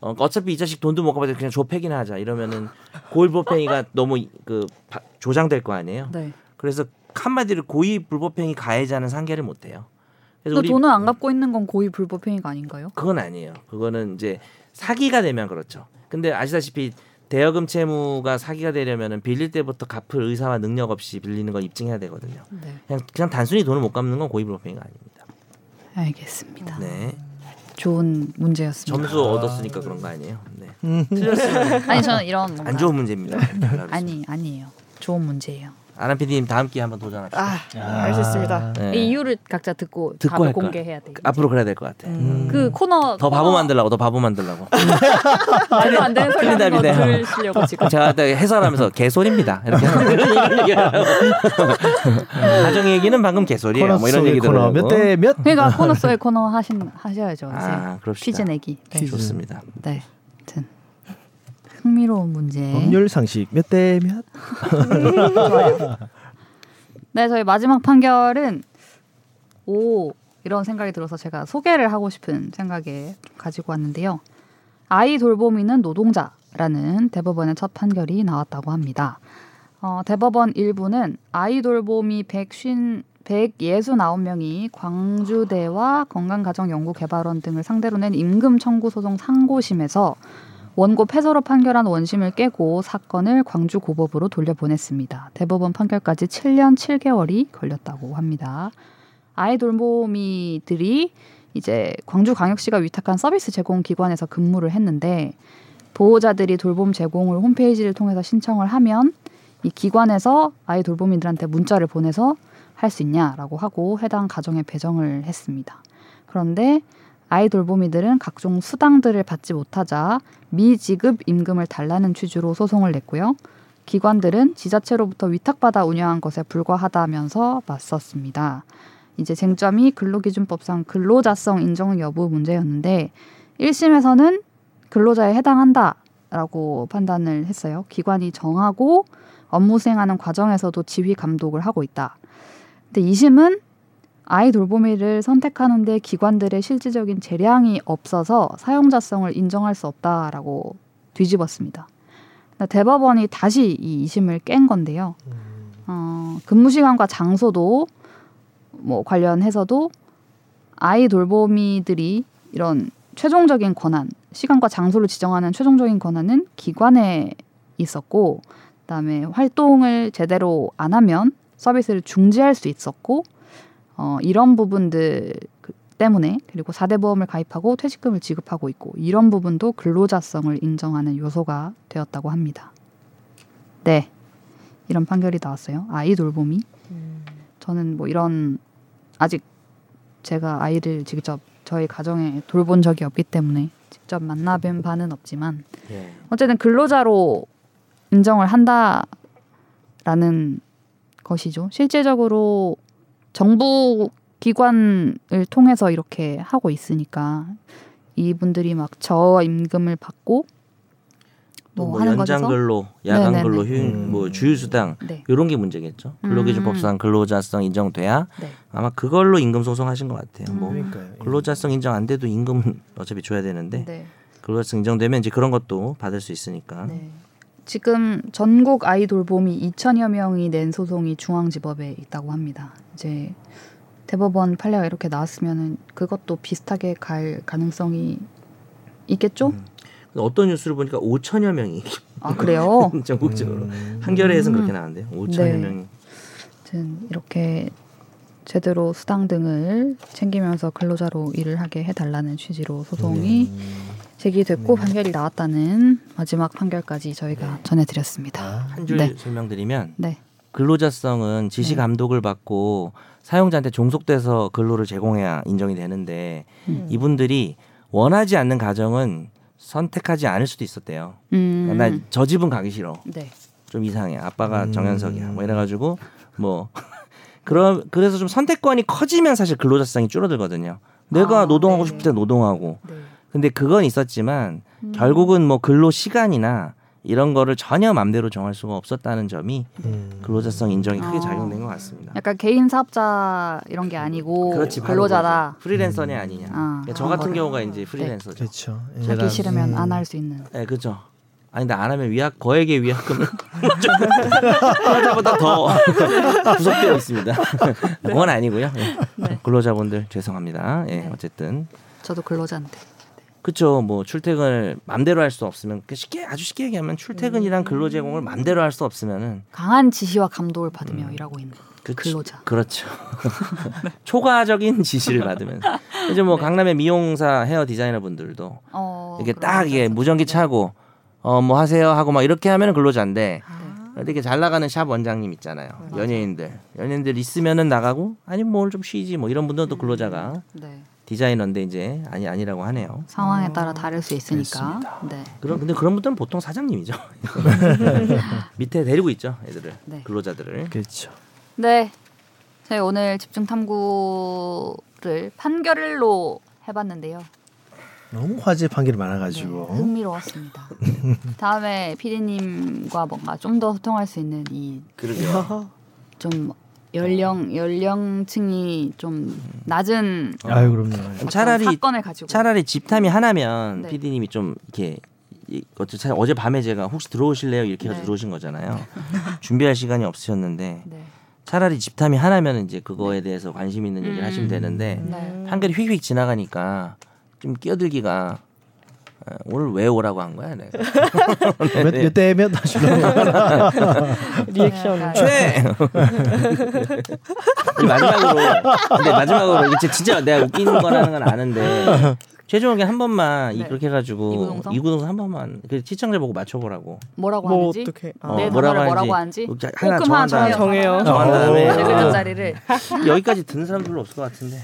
S3: 어, 어차피 이 자식 돈도 못 갚아서 그냥 조팩이나 하자 이러면은 고의 불법행위가 너무 이- 그 바- 조장될 거 아니에요.
S1: 네.
S3: 그래서 한마디로 고의 불법행위 가해자는 상계를 못 해요. 그래서
S1: 근데 그러니까
S3: 우리 음.
S1: 돈을 안 갚고 있는 건 고의 불법 행위가 아닌가요?
S3: 그건 아니에요. 그거는 이제 사기가 되면 그렇죠. 근데 아시다시피 대여금 채무가 사기가 되려면은 빌릴 때부터 갚을 의사와 능력 없이 빌리는 건 입증해야 되거든요.
S1: 네.
S3: 그냥 그냥 단순히 돈을 못 갚는 건 고의불법행위가 아닙니다.
S1: 알겠습니다.
S3: 네.
S1: 좋은 문제였습니다.
S3: 점수 얻었으니까 그런 거 아니에요. 네.
S1: 음,
S3: 틀렸으면
S1: 아니 저는 이런 뭔가
S3: 안 좋은 문제입니다. 네,
S1: 아니 아니에요. 좋은 문제예요.
S3: 아람 PD님 다음 기회 한번 도전합시다.
S2: 아, 할 수 있습니다.
S3: 네.
S1: 이 이유를 각자 듣고,
S3: 듣고
S1: 답을
S3: 할 거야.
S1: 공개해야 돼.
S3: 앞으로 그래야 될 것 같아.
S1: 그 코너
S3: 더 바보 만들라고, 더 바보 만들라고.
S1: 말도 안 되는 소리 하는 거
S3: 틀린 답이네.
S1: 들으시려고 지금.
S3: 제가 그때 해설하면서 개소리입니다. 이렇게 하정 얘기는 방금 개소리예요.
S4: 코너
S3: 뭐 이런
S4: 속의
S3: 얘기
S4: 코너
S3: 들어요. 음.
S4: 몇대 몇?
S1: 그러니까 코너 속의 코너 하신 하셔야죠.
S3: 아,
S1: 선생님. 퀴즈
S3: 그럽시다.
S1: 내기. 네.
S3: 좋습니다.
S1: 네. 아무튼 흥미로운 문제.
S4: 법률 상식 몇 대 몇?
S1: 네, 저희 마지막 판결은 오 이런 생각이 들어서 제가 소개를 하고 싶은 생각에 좀 가지고 왔는데요. 아이 돌보미는 노동자라는 대법원의 첫 판결이 나왔다고 합니다. 어, 대법원 일부는 아이 돌보미 100쉰 169명이 광주대와 건강가정연구개발원 등을 상대로 낸 임금 청구 소송 상고심에서 원고 패소로 판결한 원심을 깨고 사건을 광주 고법으로 돌려보냈습니다. 대법원 판결까지 7년 7개월이 걸렸다고 합니다. 아이 돌보미들이 이제 광주광역시가 위탁한 서비스 제공 기관에서 근무를 했는데 보호자들이 돌봄 제공을 홈페이지를 통해서 신청을 하면 이 기관에서 아이 돌보미들한테 문자를 보내서 할 수 있냐라고 하고 해당 가정에 배정을 했습니다. 그런데 아이 돌보미들은 각종 수당들을 받지 못하자 미지급 임금을 달라는 취지로 소송을 냈고요. 기관들은 지자체로부터 위탁받아 운영한 것에 불과하다면서 맞섰습니다. 이제 쟁점이 근로기준법상 근로자성 인정 여부 문제였는데 1심에서는 근로자에 해당한다라고 판단을 했어요. 기관이 정하고 업무 수행하는 과정에서도 지휘 감독을 하고 있다. 근데 2심은 아이 돌보미를 선택하는데 기관들의 실질적인 재량이 없어서 사용자성을 인정할 수 없다라고 뒤집었습니다. 근데 대법원이 다시 이 이심을 깬 건데요. 어, 근무 시간과 장소도 뭐 관련해서도 아이 돌보미들이 이런 최종적인 권한 시간과 장소를 지정하는 최종적인 권한은 기관에 있었고 그다음에 활동을 제대로 안 하면 서비스를 중지할 수 있었고 어, 이런 부분들 그- 때문에 그리고 4대 보험을 가입하고 퇴직금을 지급하고 있고 이런 부분도 근로자성을 인정하는 요소가 되었다고 합니다. 네. 이런 판결이 나왔어요. 아이 돌봄이. 저는 뭐 이런 아직 제가 아이를 직접 저희 가정에 돌본 적이 없기 때문에 직접 만나뵌 바는 없지만
S3: 예.
S1: 어쨌든 근로자로 인정을 한다라는 것이죠. 실제적으로 정부 기관을 통해서 이렇게 하고 있으니까 이분들이 막 저 임금을 받고
S3: 또
S1: 뭐
S3: 뭐
S1: 하는
S3: 연장
S1: 거죠.
S3: 근로, 야간
S1: 네네네.
S3: 근로, 휴,
S4: 음.
S3: 뭐 주휴 수당
S1: 네.
S3: 이런 게 문제겠죠. 근로기준법상 근로자성 인정돼야
S1: 네.
S3: 아마 그걸로 임금 소송하신 것 같아요. 뭐
S1: 음.
S4: 그러니까요.
S3: 근로자성 인정 안 돼도 임금은 어차피 줘야 되는데
S1: 네.
S3: 근로자성 인정되면 이제 그런 것도 받을 수 있으니까.
S1: 네. 지금 전국 아이돌봄이 2천여 명이 낸 소송이 중앙지법에 있다고 합니다. 이제 대법원 판례가 이렇게 나왔으면은 그것도 비슷하게 갈 가능성이 있겠죠?
S3: 근데 어떤 뉴스를 보니까 5천여 명이
S1: 아 그래요?
S3: 전국적으로
S4: 음.
S3: 한겨레에서는 그렇게 나왔는데요. 5천여
S1: 음. 네.
S3: 명이
S1: 아무튼 이렇게 제대로 수당 등을 챙기면서 근로자로 일을 하게 해달라는 취지로
S3: 네.
S1: 소송이 제기됐고 판결이 나왔다는 마지막 판결까지 저희가
S3: 네.
S1: 전해드렸습니다.
S3: 한 줄
S1: 네.
S3: 설명드리면
S1: 네,
S3: 근로자성은 지시
S1: 네.
S3: 감독을 받고 사용자한테 종속돼서 근로를 제공해야 인정이 되는데
S1: 음.
S3: 이분들이 원하지 않는 가정은 선택하지 않을 수도 있었대요. 그러니까
S1: 음,
S3: 네, 나 저 집은 가기 싫어.
S1: 네,
S3: 좀 이상해. 아빠가
S4: 음.
S3: 정현석이야. 뭐 이래가지고 뭐 그럼 그래서 좀 선택권이 커지면 사실 근로자성이 줄어들거든요. 내가
S1: 아,
S3: 노동하고
S1: 네.
S3: 싶을 때 노동하고.
S1: 네.
S3: 근데 그건 있었지만
S1: 음.
S3: 결국은 뭐 근로 시간이나 이런 거를 전혀 맘대로 정할 수가 없었다는 점이
S4: 음.
S3: 근로자성 인정이 크게
S1: 어.
S3: 작용된 것 같습니다.
S1: 약간 개인 사업자 이런 게 아니고
S3: 그렇지, 바로
S1: 근로자다.
S3: 그거지. 프리랜서냐 아니냐.
S1: 아,
S3: 그러니까 저 같은
S1: 그런 네.
S3: 경우가 이제 프리랜서죠.
S4: 그렇죠.
S1: 하기 싫으면 안 할 수 있는.
S3: 네, 그죠. 아니, 근데 안 하면 위약 거액의 위약금을 근로자보다 더 구속되고 있습니다. 그건 아니고요. 예.
S1: 네.
S3: 근로자분들 죄송합니다. 예, 어쨌든
S1: 저도 근로자인데.
S3: 그렇죠. 뭐 출퇴근을 맘대로 할 수 없으면 그 쉽게 아주 쉽게 얘기하면 출퇴근이랑 근로 제공을 맘대로 할 수 없으면은
S1: 강한 지시와 감독을 받으며 일하고 있는
S3: 그
S1: 근로자.
S3: 그렇죠. 초과적인 지시를 받으면 이제 뭐 강남의 미용사 헤어 디자이너 분들도
S1: 네. 어,
S3: 이게
S1: 그런
S3: 딱 이게
S1: 거죠.
S3: 무전기 차고 어 뭐 하세요 하고 막 이렇게 하면 근로자인데
S1: 아.
S3: 근데 이게 잘 나가는 샵 원장님 있잖아요 연예인들 연예인들 있으면은 나가고 아니면 뭐 오늘 좀 쉬지 뭐 이런
S1: 음.
S3: 분들은 또 근로자가
S1: 네.
S3: 디자이너인데 이제 아니 아니라고 하네요
S1: 상황에 따라 다를 수 있으니까. 네.
S3: 아, 그런 근데 그런 분들은 보통 사장님이죠 밑에 데리고 있죠 애들을
S1: 네.
S3: 근로자들을
S4: 그렇죠.
S1: 네. 저희 오늘 집중 탐구를 판결로 해봤는데요.
S4: 너무 화제 판결이
S1: 네,
S4: 많아가지고
S1: 흥미로웠습니다. 다음에 피디님과 뭔가 좀 더 소통할 수 있는 이
S3: 그러게요
S1: 좀
S3: 어.
S1: 연령 연령층이 좀 낮은
S4: 아유 그럼요.
S3: 그럼
S1: 어떤
S3: 음. 차라리
S1: 사건을 가지고
S3: 차라리 집탐이 하나면
S1: 네.
S3: PD님이 좀 이렇게 이- 어째- 차- 어제 밤에 제가 혹시 들어오실래요 이렇게 해서
S1: 네.
S3: 들어오신 거잖아요. 준비할 시간이 없으셨는데
S1: 네.
S3: 차라리 집탐이 하나면 이제 그거에 대해서 관심 있는 얘기를
S1: 음.
S3: 하시면 되는데
S1: 네.
S3: 판결이 휙휙 지나가니까 좀 끼어들기가 어, 오늘 왜 오라고 한 거야 내가 네.
S4: 몇대몇 하시려고
S2: 리액션.
S1: 약간
S3: 최 마지막으로 근데 마지막으로 이게 진짜 내가 웃기는 거라는 건 아는데 최종 의견 한 번만 이-
S1: 네.
S3: 그렇게 해가지고
S1: 이구동성?
S3: 이구동성 한 번만 그 시청자 보고 맞춰보라고
S1: 뭐라고
S2: 뭐
S1: 하는지
S2: 어떻게? 아,
S3: 어,
S1: 내
S3: 뭐라고
S1: 단어를 뭐라고
S3: 하는지.
S1: 하는지
S3: 하나
S1: 꼭 그만
S3: 정한 다음에.
S2: 정해요.
S3: 정한 다음에
S1: 제 어, 글자
S3: 아,
S1: 자리를
S3: 여기까지 듣는 사람 별로 없을 것 같은데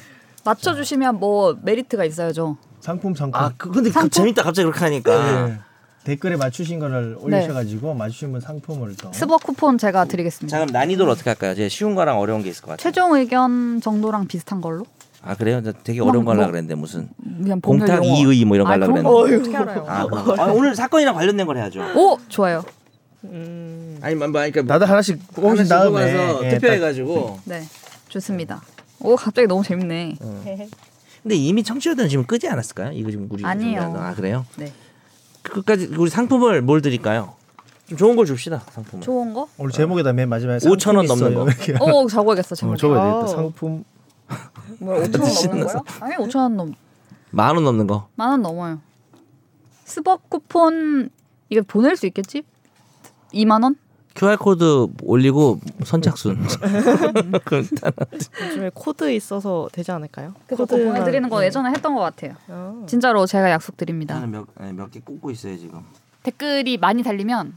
S1: 맞춰주시면 뭐 메리트가 있어야죠.
S4: 상품 상품
S3: 아 그, 네, 근데 그 재밌다 갑자기 그렇게 하니까
S4: 댓글에 맞추신 거를 올리셔가지고 맞추신 분 상품을
S3: 네.
S4: 또
S1: 네. 스버 쿠폰 제가 드리겠습니다.
S3: 자 그럼 난이도를 어떻게 할까요? 제 쉬운 거랑 어려운 게 있을 것 같아요
S1: 최종 의견 정도랑 비슷한 걸로
S3: 아 그래요? 나 되게 어려운
S1: 뭐,
S3: 거 하려고
S1: 뭐.
S3: 그랬는데 무슨
S1: 그냥 법률
S3: 공탁
S1: 용어.
S3: 이의 뭐 이런 거
S1: 아,
S3: 하려고
S1: 그런
S3: 그랬는데
S1: 거 어떻게 알아요?
S3: 아, 그럼. 아, 오늘 사건이랑 관련된 걸 해야죠
S1: 오 좋아요.
S3: 아니 뭐 그러니까
S4: 다들 하나씩 뽑으신 다음에
S3: 뽑아서
S4: 예, 딱
S3: 투표해가지고
S1: 네 좋습니다. 오 갑자기 너무 재밌네.
S3: 음. 근데 이미 청취자들은 지금 끄지 않았을까요? 이거 지금 우리
S1: 아니에요.
S3: 준비하는 거. 아 그래요?
S1: 네
S3: 끝까지 우리 상품을 뭘 드릴까요? 좀 좋은 걸 줍시다 상품을
S1: 좋은 거?
S4: 오늘 제목에다 맨 마지막에
S3: 5천 원 넘는 거.
S4: 이렇게
S1: 오 적어야겠어 제목.
S4: 적어야 되겠다.
S2: 아우.
S4: 상품
S1: 뭐야 5천 원 넘는 거요? 아니 5천 원 넘.
S3: 만 원 넘는 거
S1: 만원 넘어요. 스벅 쿠폰 이거 보낼 수 있겠지? 2만 원?
S3: QR 코드 올리고 선착순. 그럼 일단
S2: 요즘에 코드 있어서 되지 않을까요?
S1: 그거 꼭
S2: 코드만-
S1: 보내드리는 거 어.
S2: 네.
S1: 예전에 했던 것 같아요.
S2: 아.
S1: 진짜로 제가
S3: 음.
S1: 약속드립니다.
S3: 몇몇개 꽂고 있어요 지금.
S1: 댓글이 많이 달리면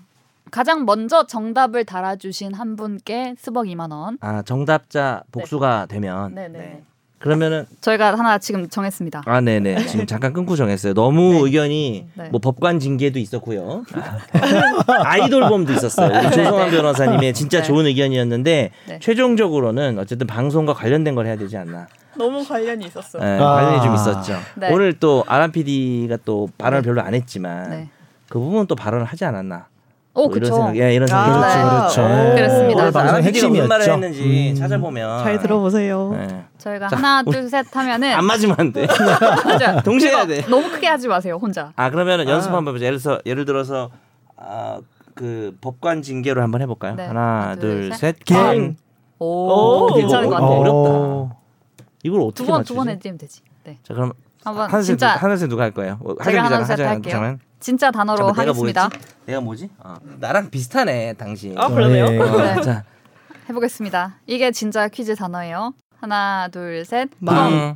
S1: 가장 먼저 정답을 달아주신 한 분께 스벅 2만 원.
S3: 아 정답자 복수가 되면
S1: 네네.
S3: 그러면은
S1: 저희가 하나 지금 정했습니다.
S3: 아 네네 지금 잠깐 끊고 정했어요. 너무 의견이
S1: 네.
S3: 뭐 법관 징계도 있었고요. 아, 네. 아이돌범도 있었어요. 우리 조성한 변호사님의 진짜
S1: 네.
S3: 좋은 의견이었는데
S1: 네.
S3: 최종적으로는 어쨌든 방송과 관련된 걸 해야 되지 않나.
S8: 너무 관련이 있었어.
S3: 예,
S4: 아.
S3: 관련이 좀 있었죠.
S1: 네.
S3: 오늘 또 아람 PD가 또 발언을 별로 안 했지만
S1: 네.
S3: 그 부분 또 발언을 하지 않았나.
S1: 오,
S3: 뭐 이런
S1: 그쵸. 네. 어,
S3: 생각, 예, 이런 생각.
S8: 아,
S4: 그렇죠,
S8: 오.
S4: 그렇죠.
S1: 그렇습니다.
S3: 오늘 방송
S4: 방송의
S3: 핵심이 무슨 말을
S4: 핵심이었죠.
S3: 했는지
S4: 음.
S3: 찾아보면
S2: 잘 들어보세요.
S3: 예.
S1: 저희가
S3: 자,
S1: 하나, 둘, 셋 하면은
S3: 안 맞으면 안 돼.
S1: 맞아요.
S3: 동시에
S1: 그거
S3: 해야 돼.
S1: 너무 크게 하지 마세요, 혼자.
S3: 아 그러면 연습 한번 해보자. 예를 들어서 예를 들어서 아, 그 법관 징계로 한번 해볼까요?
S1: 네.
S3: 하나
S1: 하나, 둘, 아.
S3: 둘셋
S4: 갱.
S1: 오,
S3: 오,
S1: 괜찮은 것 같아요.
S3: 어, 어렵다.
S4: 오.
S3: 이걸 어떻게
S1: 두 번
S3: 맞추지?
S1: 두 번 해주면 되지. 네.
S3: 자 그럼
S1: 한번
S3: 하늘색
S1: 진짜
S3: 누, 하늘색 누가 할 거예요? 어,
S1: 제가
S3: 하정이잖아,
S1: 하늘색
S3: 하정이
S1: 할게요.
S3: 하정은.
S1: 진짜 단어로
S3: 잠깐만, 내가
S1: 하겠습니다.
S3: 뭐였지? 내가 뭐지? 어, 나랑 비슷하네 당신.
S8: 아 그러네요.
S4: 네.
S3: 어,
S1: 네.
S3: 자
S1: 해보겠습니다. 이게 진짜 퀴즈 단어예요. 하나, 둘, 셋.
S2: 망.
S3: 음.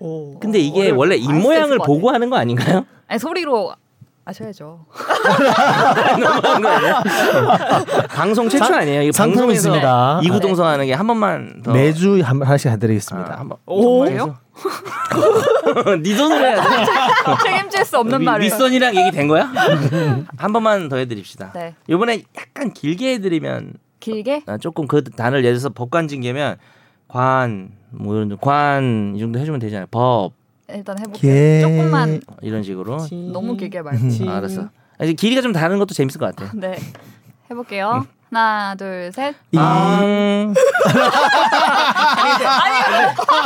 S2: 오.
S3: 근데 이게
S1: 어려울
S3: 원래
S1: 것
S3: 입
S1: 같아.
S3: 모양을
S1: 있을 것
S3: 보고 하는 거 아닌가요?
S1: 아니, 소리로 아셔야죠.
S3: 너무한 거 아니에요? 방송 최초 아니에요? 이거
S4: 상품
S3: 방송에서
S4: 있습니다. 아, 네.
S3: 이구동성 하는 게 한 번만 더
S4: 매주 한- 하나씩
S3: 아,
S4: 해드리겠습니다.
S3: 한 번.
S2: 오.
S3: 네 돈으로 해야 돼. 아,
S1: 책임질 수 없는
S3: 위-
S1: 말을.
S3: 윗선이랑 얘기 된 거야? 한 번만 더 해드립시다.
S1: 네.
S3: 이번에 약간 길게 해드리면
S1: 길게.
S3: 아, 조금 그 단을 예를 들어서 법관 징계면 관, 뭐 이런 관 이 정도 해주면 되잖아요. 법
S1: 일단 해볼게요.
S4: 개-
S1: 조금만
S3: 이런 식으로.
S1: 아, 너무 길게 말고.
S2: 지-
S3: 아, 알았어. 아, 이제 길이가 좀 다른 것도 재밌을 것 같아.
S1: 네. 해볼게요.
S3: 음.
S1: 하나, 둘, 셋.
S4: 이-
S3: 아,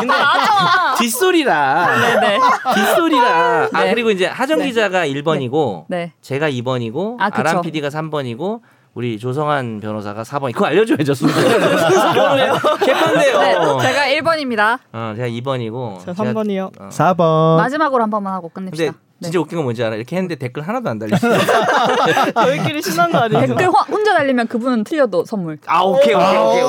S3: 근데 뒷소리라
S1: 네.
S3: 뒷소리라 아
S1: 네.
S3: 그리고 이제 하정
S1: 네.
S3: 기자가 1번이고
S1: 네.
S3: 제가 2번이고
S1: 아,
S3: 아,
S1: 그쵸.
S3: 람 PD가 3번이고 우리 조성한 변호사가 4번. 그거 알려줘야죠. 순서. 순서요? 개판데요.
S1: 네. 제가 1번입니다.
S3: 어, 제가 아, 네. 2번이고.
S2: 저 3번이요.
S4: 4번.
S1: 마지막으로 한 번만 하고
S3: 근데
S1: 끝냅시다. 네.
S3: 진짜 웃긴 건 뭔지 알아? 이렇게 했는데 댓글 하나도 안 달렸어.
S2: 저희끼리 아, 신난 거 아니에요?
S1: 댓글 그 화- 혼자 달리면 그분은 틀려도 선물.
S3: 아 오케이 오케이 오케이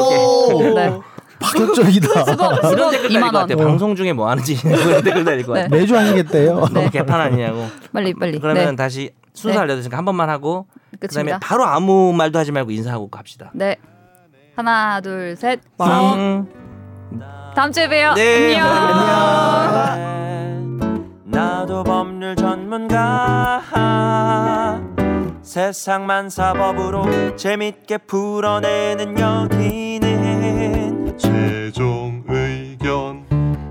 S3: 오케이.
S1: 네.
S4: 파격적이다.
S1: 수복,
S3: 이런
S1: 수복
S3: 댓글 달릴
S1: 2만
S3: 것
S1: 어, 원.
S3: 같아. 방송 중에 뭐 하는지 이런 댓글 달릴 것 같아.
S1: 네.
S4: 매주 하시겠대요.
S3: 너무 개판 아니냐고.
S1: 빨리 빨리.
S3: 그러면
S1: 네.
S3: 다시 순서
S1: 네.
S3: 알려드리니까 한 번만 하고 그다음에
S1: 끝입니다.
S3: 바로 아무 말도 하지 말고 인사하고 갑시다.
S1: 네. 하나, 둘, 셋.
S3: 빵.
S1: 다음 주에 봬요.
S3: 네.
S1: 안녕.
S9: 나도 법률 전문가 세상만 사법으로 재밌게 풀어내는 여기는
S10: 최종 의견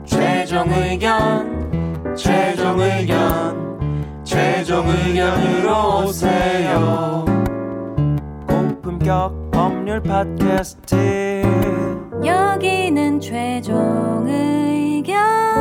S9: 최종 의견 최종 의견 최종 의견으로 오세요 고품격 법률 팟캐스트
S11: 여기는 최종 의견